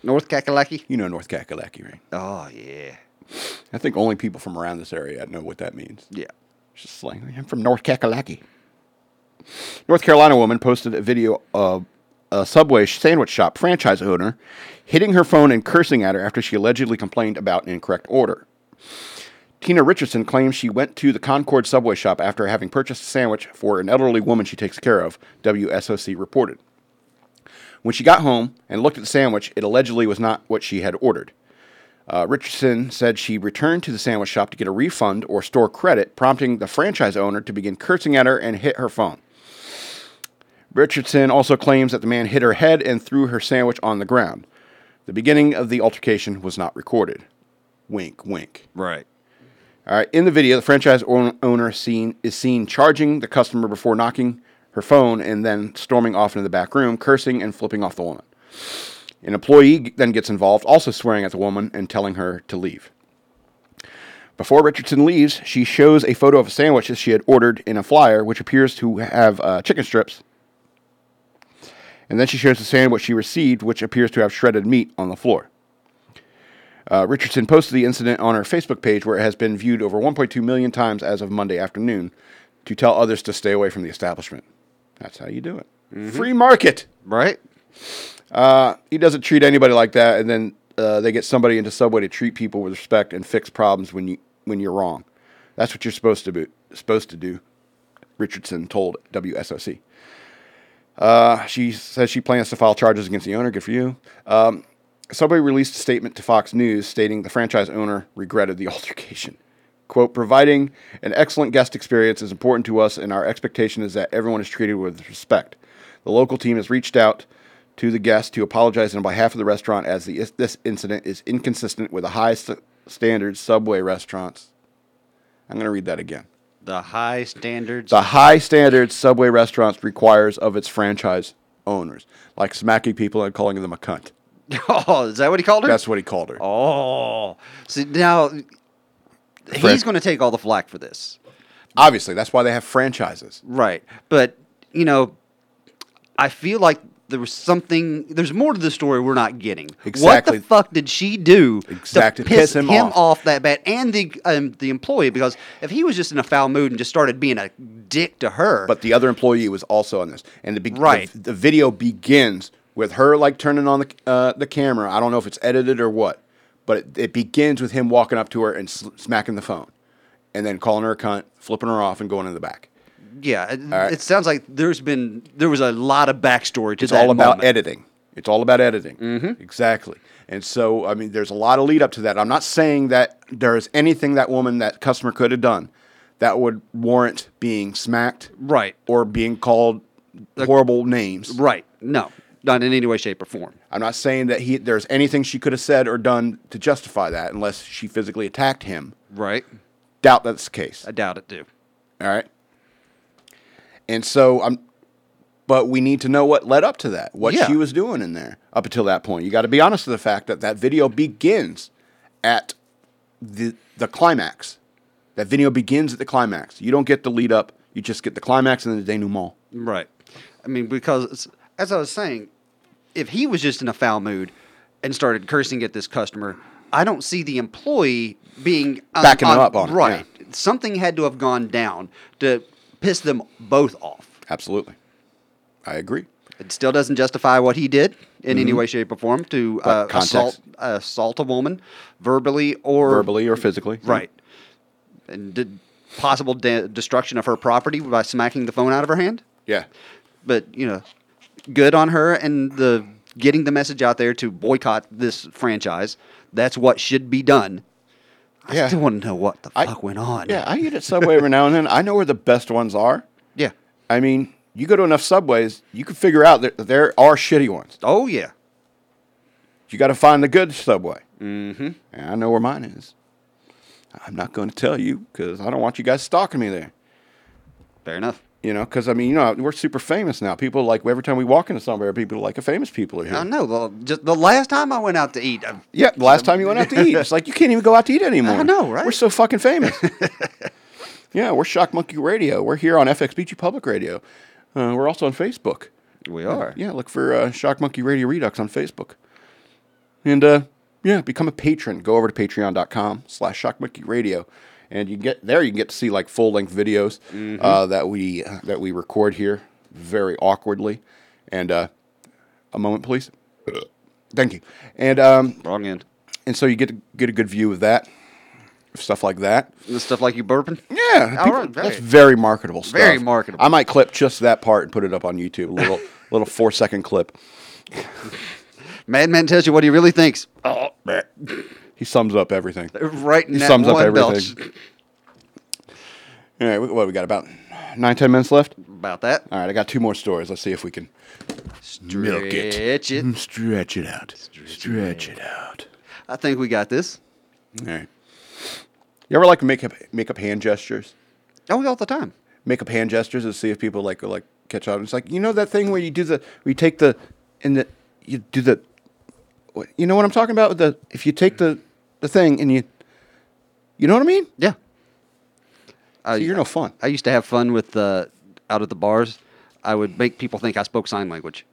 [SPEAKER 2] North Kakalaki.
[SPEAKER 1] You know North Kakalaki, right?
[SPEAKER 2] Oh yeah,
[SPEAKER 1] I think only people from around this area know what that means.
[SPEAKER 2] yeah.
[SPEAKER 1] It's just like, I'm from North Kakalaki. North Carolina woman posted a video of a Subway sandwich shop franchise owner hitting her phone and cursing at her after she allegedly complained about an incorrect order. Tina Richardson claims she went to the Concord Subway shop after having purchased a sandwich for an elderly woman she takes care of, WSOC reported. When she got home and looked at the sandwich, it allegedly was not what she had ordered. Uh, Richardson said she returned to the sandwich shop to get a refund or store credit, prompting the franchise owner to begin cursing at her and hit her phone. Richardson also claims that the man hit her head and threw her sandwich on the ground. The beginning of the altercation was not recorded. Wink, wink.
[SPEAKER 2] Right.
[SPEAKER 1] All right. In the video, the franchise own- owner seen is seen charging the customer before knocking her phone and then storming off into the back room, cursing and flipping off the woman. An employee g- then gets involved, also swearing at the woman and telling her to leave. Before Richardson leaves, she shows a photo of a sandwich that she had ordered in a flyer, which appears to have uh, chicken strips. And then she shows the sandwich she received, which appears to have shredded meat on the floor. Uh, Richardson posted the incident on her Facebook page, where it has been viewed over 1.2 million times as of Monday afternoon, to tell others to stay away from the establishment. That's how you do it. Free market.
[SPEAKER 2] Right.
[SPEAKER 1] Uh, he doesn't treat anybody like that, and then uh, they get somebody into Subway to treat people with respect and fix problems when you when you're wrong. That's what you're supposed to be supposed to do. Richardson told WSOC. Uh, she says she plans to file charges against the owner. Good for you. Um, Subway released a statement to Fox News stating the franchise owner regretted the altercation. Quote, providing an excellent guest experience is important to us, and our expectation is that everyone is treated with respect. The local team has reached out to the guests to apologize on behalf of the restaurant as the, this incident is inconsistent with the high st- standards Subway restaurants. I'm going to read that again.
[SPEAKER 2] The high standards.
[SPEAKER 1] The high standards Subway restaurants requires of its franchise owners, like smacking people and calling them a cunt.
[SPEAKER 2] oh, is that what he called her?
[SPEAKER 1] That's what he called her.
[SPEAKER 2] Oh, see now he's going to take all the flack for this,
[SPEAKER 1] Obviously, that's why they have franchises.
[SPEAKER 2] right? But you know, I feel like there was something. There's more to the story we're not getting.
[SPEAKER 1] Exactly.
[SPEAKER 2] What the fuck did she do
[SPEAKER 1] Exactly.
[SPEAKER 2] to piss,
[SPEAKER 1] Piss him
[SPEAKER 2] him,
[SPEAKER 1] off.
[SPEAKER 2] off. that bad? And the um, the employee because if he was just in a foul mood and just started being a dick to her,
[SPEAKER 1] But the other employee was also on this, and the be-
[SPEAKER 2] Right.
[SPEAKER 1] the, the video begins with her like turning on the uh, the camera. I don't know if it's edited or what, but it, it begins with him walking up to her and sl- smacking the phone, and then calling her a cunt, flipping her off, and going in the back.
[SPEAKER 2] yeah, it,
[SPEAKER 1] right.
[SPEAKER 2] it sounds like there's been there was a lot of backstory to
[SPEAKER 1] It's
[SPEAKER 2] that
[SPEAKER 1] all about
[SPEAKER 2] moment. Mm-hmm.
[SPEAKER 1] editing. It's all about editing. Exactly. And so, I mean, there's a lot of lead up to that. I'm not saying that there is anything that woman, that customer could have done that would warrant being smacked
[SPEAKER 2] right,
[SPEAKER 1] or being called horrible names.
[SPEAKER 2] right. No, not in any way, shape, or form.
[SPEAKER 1] I'm not saying that he, there's anything she could have said or done to justify that unless she physically attacked him.
[SPEAKER 2] Right.
[SPEAKER 1] Doubt that's the case.
[SPEAKER 2] I doubt it, too.
[SPEAKER 1] All right. And so I'm, but we need to know what led up to that, what
[SPEAKER 2] Yeah.
[SPEAKER 1] she was doing in there up until that point. You got to be honest with the fact that that video begins at the the climax. That video begins at the climax. You don't get the lead up. You just get the climax and then the denouement.
[SPEAKER 2] Right. I mean, because it's- as I was saying, if he was just in a foul mood and started cursing at this customer, I don't see the employee being un-
[SPEAKER 1] Backing him up on it,
[SPEAKER 2] Right. Something had to have gone down to piss them both off.
[SPEAKER 1] Absolutely, I agree.
[SPEAKER 2] It still doesn't justify what he did in any way, shape, or form to uh,
[SPEAKER 1] But Mm-hmm. context.
[SPEAKER 2] assault assault a woman verbally or
[SPEAKER 1] Verbally or physically,
[SPEAKER 2] Right. And did possible de- destruction of her property by smacking the phone out of her hand.
[SPEAKER 1] Yeah,
[SPEAKER 2] but you know, good on her and the getting the message out there to boycott this franchise. That's what should be done. I
[SPEAKER 1] Yeah.
[SPEAKER 2] still want to know what the
[SPEAKER 1] I-
[SPEAKER 2] fuck went on.
[SPEAKER 1] yeah. I eat at Subway every now and then. I know where the best ones are.
[SPEAKER 2] yeah.
[SPEAKER 1] I mean, you go to enough Subways, you can figure out that there are shitty ones.
[SPEAKER 2] Oh yeah.
[SPEAKER 1] You got to find the good subway. Mm-hmm. And I know where mine is. I'm not going to tell you because I don't want you guys stalking me there.
[SPEAKER 2] Fair enough.
[SPEAKER 1] You know, because I mean, you know, we're super famous now. People like every time we walk into somewhere, people are like, "A famous people are here."
[SPEAKER 2] I know. Well, just the last time I went out to eat, uh, I,
[SPEAKER 1] Yeah, the last time you went out to eat, it's like you can't even go out to eat anymore.
[SPEAKER 2] I know, right?
[SPEAKER 1] We're so fucking famous. yeah, we're Shock Monkey Radio. We're here on FXBG Public Radio. Uh, we're also on Facebook.
[SPEAKER 2] we are.
[SPEAKER 1] Yeah, look for uh, Shock Monkey Radio Redux on Facebook. And uh, yeah, become a patron. Go over to patreon.com slash Shock Monkey Radio. And you can get there, you can get to see like full length videos
[SPEAKER 2] Mm-hmm.
[SPEAKER 1] uh, that we that we record here very awkwardly. And uh, a moment, please. Thank you. And um,
[SPEAKER 2] Wrong end.
[SPEAKER 1] and so you get to get a good view of that, stuff like that.
[SPEAKER 2] The stuff like you burping.
[SPEAKER 1] Yeah,
[SPEAKER 2] All
[SPEAKER 1] people-
[SPEAKER 2] right, very-
[SPEAKER 1] that's very marketable stuff.
[SPEAKER 2] Very marketable.
[SPEAKER 1] I might clip just that part and put it up on YouTube. A little little four second clip.
[SPEAKER 2] Madman tells you what he really thinks. Oh,
[SPEAKER 1] He sums up everything.
[SPEAKER 2] Right in
[SPEAKER 1] He
[SPEAKER 2] that
[SPEAKER 1] sums up
[SPEAKER 2] one
[SPEAKER 1] everything.
[SPEAKER 2] belch.
[SPEAKER 1] All right, what we got about nine, ten minutes left.
[SPEAKER 2] About that.
[SPEAKER 1] All right, I got two more stories. Let's see if we can Milk it.
[SPEAKER 2] Stretch it.
[SPEAKER 1] stretch it out. Stretch it out.
[SPEAKER 2] I think we got this.
[SPEAKER 1] All right. You ever like to make up make up hand gestures?
[SPEAKER 2] Oh, all the time.
[SPEAKER 1] Make up hand gestures and see if people like like catch on. It's like you know that thing where you do the where you take the and the you do the what- you know what I'm talking about with the if you take the the thing and you you know what I mean?
[SPEAKER 2] Yeah.
[SPEAKER 1] See, you're no fun.
[SPEAKER 2] I used to have fun with uh, out at the bars. I would make people think I spoke sign language,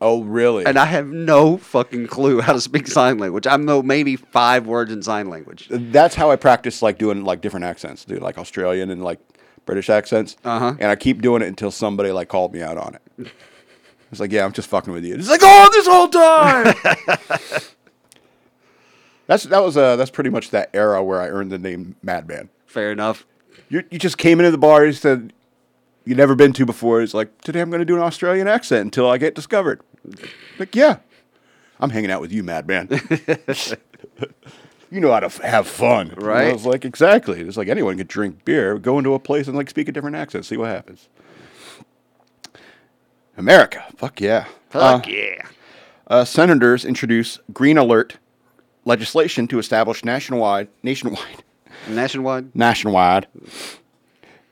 [SPEAKER 1] Oh really?
[SPEAKER 2] and I have no fucking clue how to speak sign language. I know maybe five words in sign language.
[SPEAKER 1] that's how I practice like doing like different accents, dude, like Australian and like British accents.
[SPEAKER 2] Uh-huh.
[SPEAKER 1] And I keep doing it until somebody like called me out on it. It's like, yeah, I'm just fucking with you. It's like, oh, this whole time. that's that was uh that's pretty much that era where I earned the name Madman.
[SPEAKER 2] Fair enough.
[SPEAKER 1] You you just came into the bar, you said you'd never been to before. It's like today I'm going to do an Australian accent until I get discovered. Like, yeah, I'm hanging out with you, Madman. you know how to f- have fun, And
[SPEAKER 2] Right.
[SPEAKER 1] I was like, exactly. It's like anyone could drink beer, go into a place and like speak a different accent, see what happens. America, fuck yeah.
[SPEAKER 2] Fuck yeah.
[SPEAKER 1] Uh, senators introduce green alert legislation to establish nationwide, nationwide,
[SPEAKER 2] Nationwide.
[SPEAKER 1] nationwide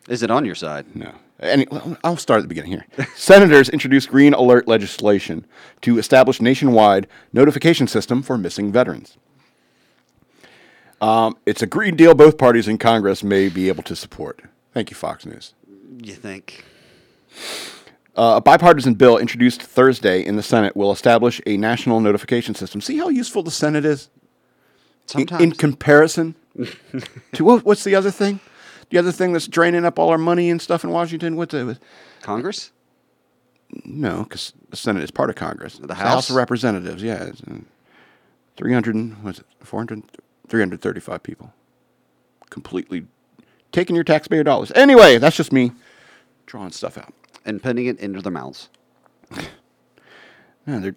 [SPEAKER 2] Is it on your side?
[SPEAKER 1] No. Any, well, I'll start at the beginning here. Senators introduced green alert legislation to establish nationwide notification system for missing veterans. Um, it's a green deal both parties in Congress may be able to support. Thank you, Fox News.
[SPEAKER 2] You think?
[SPEAKER 1] Uh, a bipartisan bill introduced Thursday in the Senate will establish a national notification system. See how useful the Senate is in,
[SPEAKER 2] Sometimes.
[SPEAKER 1] in comparison to what, what's the other thing? The other thing that's draining up all our money and stuff in Washington. What's it?
[SPEAKER 2] Congress?
[SPEAKER 1] No, because the Senate is part of Congress. It's
[SPEAKER 2] House?
[SPEAKER 1] of Representatives, yeah. it's, uh, 300, and- was it 400, 335 people. Completely taking your taxpayer dollars. Anyway, that's just me drawing stuff out.
[SPEAKER 2] And putting it into their mouths.
[SPEAKER 1] No, they're,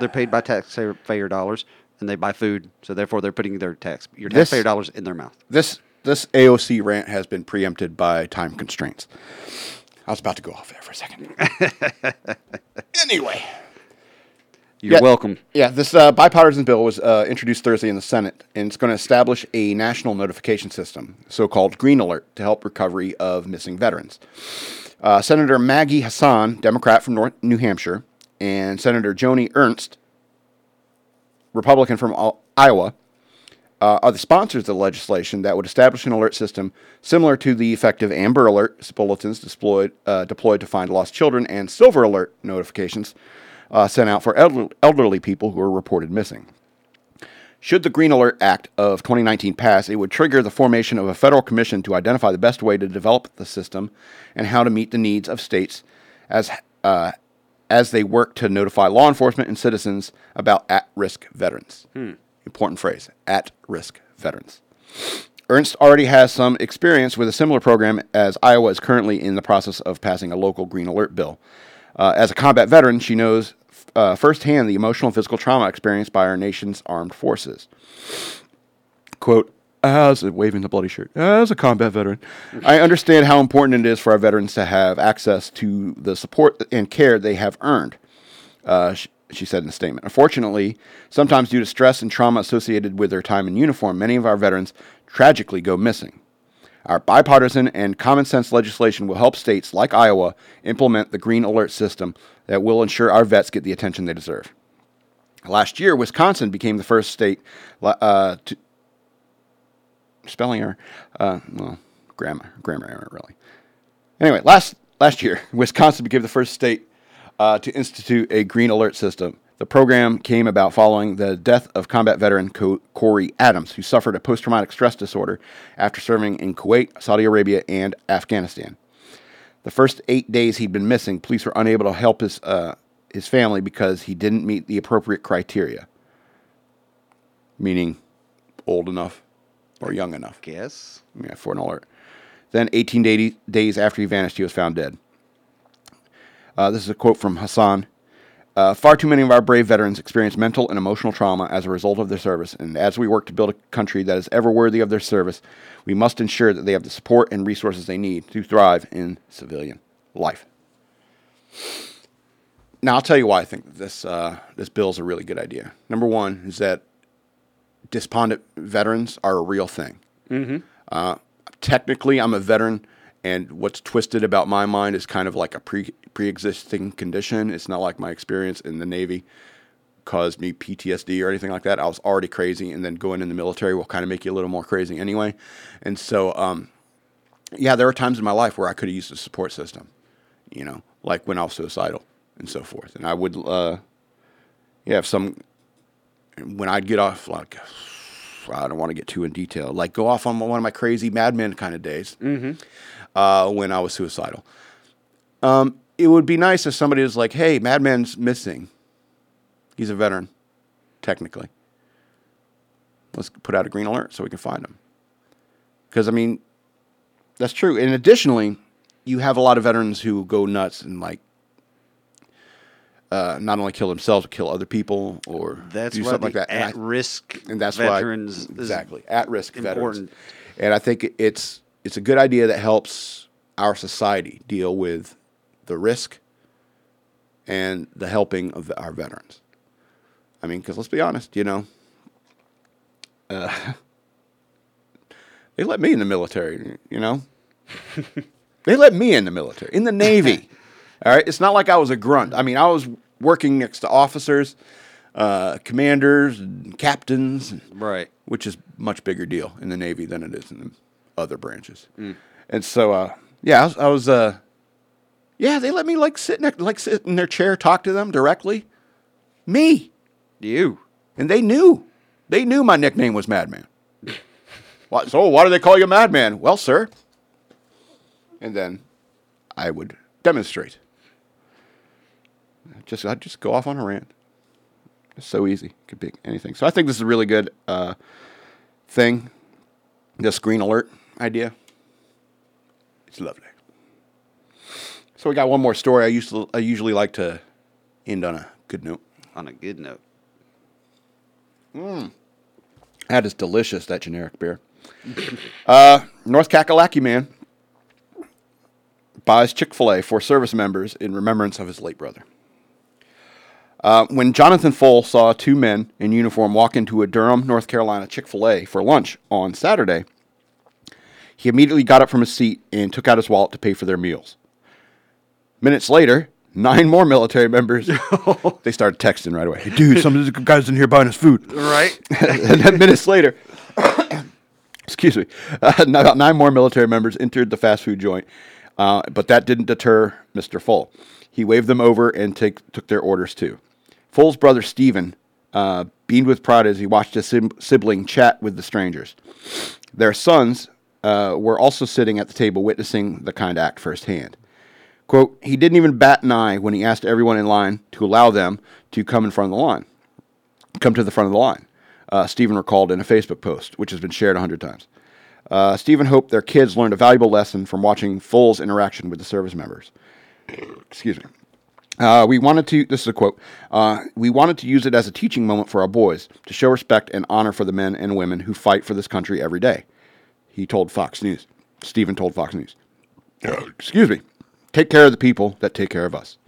[SPEAKER 2] They're paid by taxpayer dollars, and they buy food, so therefore they're putting their tax your
[SPEAKER 1] This-
[SPEAKER 2] taxpayer dollars in their mouth.
[SPEAKER 1] this, this AOC rant has been preempted by time constraints. I was about to go off there for a second. anyway.
[SPEAKER 2] You're
[SPEAKER 1] Yeah.
[SPEAKER 2] welcome.
[SPEAKER 1] Yeah, this uh, bipartisan bill was uh, introduced Thursday in the Senate, and it's going to establish a national notification system, so called Green Alert, to help recovery of missing veterans. Uh, Senator Maggie Hassan, Democrat from North New Hampshire, and Senator Joni Ernst, Republican from Al- Iowa, uh, are the sponsors of the legislation that would establish an alert system similar to the effective Amber Alert bulletins deployed, uh, deployed to find lost children and Silver Alert notifications uh, sent out for elder- elderly people who are reported missing. Should the Green Alert Act of 2019 pass, it would trigger the formation of a federal commission to identify the best way to develop the system and how to meet the needs of states as, uh, as they work to notify law enforcement and citizens about at risk veterans. Important phrase at risk veterans. Ernst already has some experience with a similar program as Iowa is currently in the process of passing a local green alert bill. Uh, as a combat veteran, she knows f- uh, firsthand the emotional and physical trauma experienced by our nation's armed forces. Quote, as waving the bloody shirt, as a combat veteran, I understand how important it is for our veterans to have access to the support and care they have earned uh, she, she said in a statement. Unfortunately, sometimes due to stress and trauma associated with their time in uniform, many of our veterans tragically go missing. Our bipartisan and common sense legislation will help states like Iowa implement the green alert system that will ensure our vets get the attention they deserve. Last year, Wisconsin became the first state li- uh, to spelling error, uh, well, grammar, grammar error, really. Anyway, last last year, Wisconsin became the first state uh, to institute a green alert system. The program came about following the death of combat veteran Co- Corey Adams, who suffered a post-traumatic stress disorder after serving in Kuwait, Saudi Arabia, and Afghanistan. The first eight days he'd been missing, police were unable to help his uh, his family because he didn't meet the appropriate criteria, meaning old enough or young enough.
[SPEAKER 2] Guess.
[SPEAKER 1] Yeah, for an alert. Then, 18 day, days after he vanished, he was found dead. Uh, this is a quote from Hassan. Uh, far too many of our brave veterans experience mental and emotional trauma as a result of their service, and as we work to build a country that is ever worthy of their service, we must ensure that they have the support and resources they need to thrive in civilian life. Now, I'll tell you why I think this uh, this bill is a really good idea. Number one is that despondent veterans are a real thing. Uh, technically, I'm a veteran, and what's twisted about my mind is kind of like a pre pre-existing condition. It's not like my experience in the Navy caused me PTSD or anything like that. I was already crazy, and then going in the military will kind of make you a little more crazy anyway. And so, um, yeah, there are times in my life where I could have used a support system, you know, like when I was suicidal and so forth. And I would, uh, yeah, if some when I'd get off, like, I don't want to get too in detail, like go off on one of my crazy madman kind of days
[SPEAKER 2] Mm-hmm.
[SPEAKER 1] uh, when I was suicidal. Um, it would be nice if somebody was like, hey, madman's missing. He's a veteran, technically. Let's put out a green alert so we can find him. Because, I mean, that's true. And additionally, you have a lot of veterans who go nuts and, like, uh, not only kill themselves, but kill other people or
[SPEAKER 2] That's
[SPEAKER 1] do
[SPEAKER 2] why
[SPEAKER 1] something
[SPEAKER 2] the
[SPEAKER 1] like that. And I-
[SPEAKER 2] at risk
[SPEAKER 1] and that's
[SPEAKER 2] veterans
[SPEAKER 1] why
[SPEAKER 2] is-
[SPEAKER 1] exactly at risk veterans.
[SPEAKER 2] important.
[SPEAKER 1] And I think it's it's a good idea that helps our society deal with the risk and the helping of our veterans. I mean, because let's be honest, you know, uh, they let me in the military, you know, they let me in the military, in the Navy. All right. It's not like I was a grunt. I mean, I was working next to officers, uh, commanders, and captains, and-
[SPEAKER 2] Right.
[SPEAKER 1] which is much bigger deal in the Navy than it is in the other branches. And so, uh, yeah, I was, I was uh, yeah, they let me like sit next, like sit in their chair, talk to them directly, me,
[SPEAKER 2] You.
[SPEAKER 1] and they knew, they knew my nickname was Madman. Why- so why do they call you Madman? Well, sir, and then I would demonstrate. Just I'd just go off on a rant. It's so easy. Could pick anything. So I think this is a really good uh, thing. This green alert idea. It's lovely. So we got one more story. I used to, I usually like to end on a good note.
[SPEAKER 2] On a good note.
[SPEAKER 1] That is delicious, that generic beer. uh, North Kakalaki man buys Chick fil A for service members in remembrance of his late brother. Uh, when Jonathan Fole saw two men in uniform walk into a Durham, North Carolina Chick fil A for lunch on Saturday, he immediately got up from his seat and took out his wallet to pay for their meals. Minutes later, nine more military members. they started texting right away. Hey, dude, some of these guys in here buying us food
[SPEAKER 2] Right.
[SPEAKER 1] and then minutes later, excuse me, uh, n- about nine more military members entered the fast food joint, uh, but that didn't deter Mr. Full. He waved them over and take, took their orders too. Full's brother Stephen uh, beamed with pride as he watched his sim- sibling chat with the strangers. Their sons uh, were also sitting at the table witnessing the kind act firsthand. Quote, he didn't even bat an eye when he asked everyone in line to allow them to come in front of the line come to the front of the line. Uh, Stephen recalled in a Facebook post, which has been shared a hundred times. Uh, Stephen hoped their kids learned a valuable lesson from watching Full's interaction with the service members. Excuse me. Uh, we wanted to. This is a quote. Uh, we wanted to use it as a teaching moment for our boys to show respect and honor for the men and women who fight for this country every day. He told Fox News. Stephen told Fox News. Eh, Excuse me. Take care of the people that take care of us.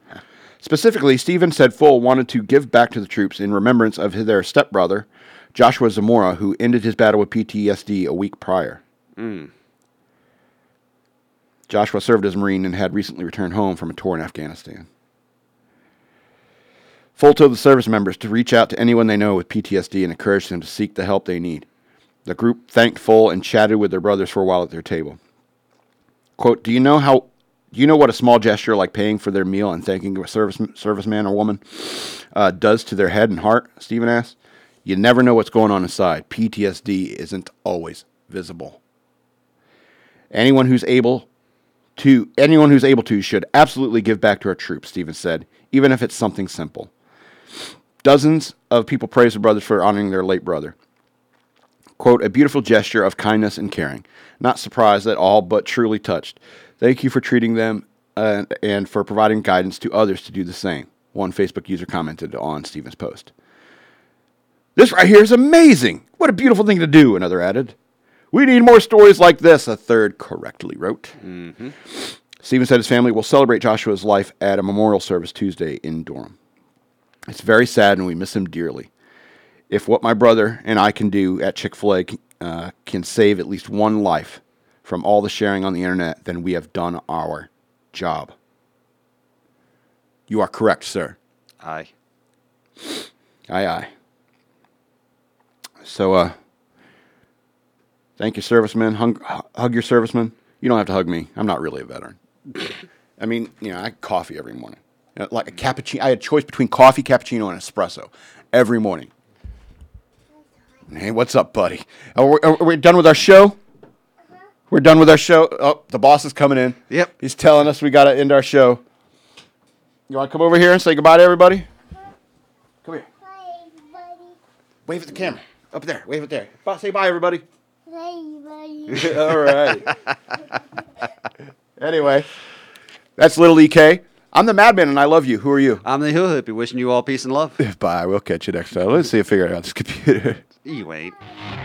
[SPEAKER 1] Specifically, Stephen said Full wanted to give back to the troops in remembrance of his- their stepbrother, Joshua Zamora, who ended his battle with PTSD a week prior. Joshua served as a Marine and had recently returned home from a tour in Afghanistan. Full told the service members to reach out to anyone they know with PTSD and encourage them to seek the help they need. The group thanked Full and chatted with their brothers for a while at their table quote do you know how do you know what a small gesture like paying for their meal and thanking a service serviceman or woman uh, does to their head and heart stephen asked you never know what's going on inside ptsd isn't always visible anyone who's able to anyone who's able to should absolutely give back to our troops stephen said even if it's something simple dozens of people praised the brothers for honoring their late brother quote, a beautiful gesture of kindness and caring. Not surprised at all, but truly touched. Thank you for treating them uh, and for providing guidance to others to do the same. One Facebook user commented on Steven's post. This right here is amazing. What a beautiful thing to do, another added. We need more stories like this, a third correctly wrote. Stephen said his family will celebrate Joshua's life at a memorial service Tuesday in Durham. It's very sad and we miss him dearly. If what my brother and I can do at Chick fil A uh, can save at least one life from all the sharing on the internet, then we have done our job. You are correct, sir.
[SPEAKER 2] Aye.
[SPEAKER 1] Aye, aye. So, uh, thank you, servicemen. Hung, hu- hug your servicemen. You don't have to hug me. I'm not really a veteran. I mean, you know, I had coffee every morning. You know, Like a cappuccino. I had a choice between coffee, cappuccino, and espresso every morning. Hey, what's up, buddy? Are we, are we done with our show? We're done with our show. Oh, the boss is coming in.
[SPEAKER 2] Yep.
[SPEAKER 1] He's telling us we got to end our show. You want to come over here and say goodbye to everybody? Come here.
[SPEAKER 3] Bye, buddy.
[SPEAKER 1] Wave at the camera. Up there. Wave it there. Bye, say bye, everybody.
[SPEAKER 3] Bye, buddy.
[SPEAKER 1] All right. anyway, that's Little EK. I'm the Madman, and I love you. Who are you?
[SPEAKER 2] I'm the hill hippie wishing you all peace and love.
[SPEAKER 1] Bye. We'll catch you next time. Let's see if I figure out this computer.
[SPEAKER 2] you ain't.
[SPEAKER 3] Bye.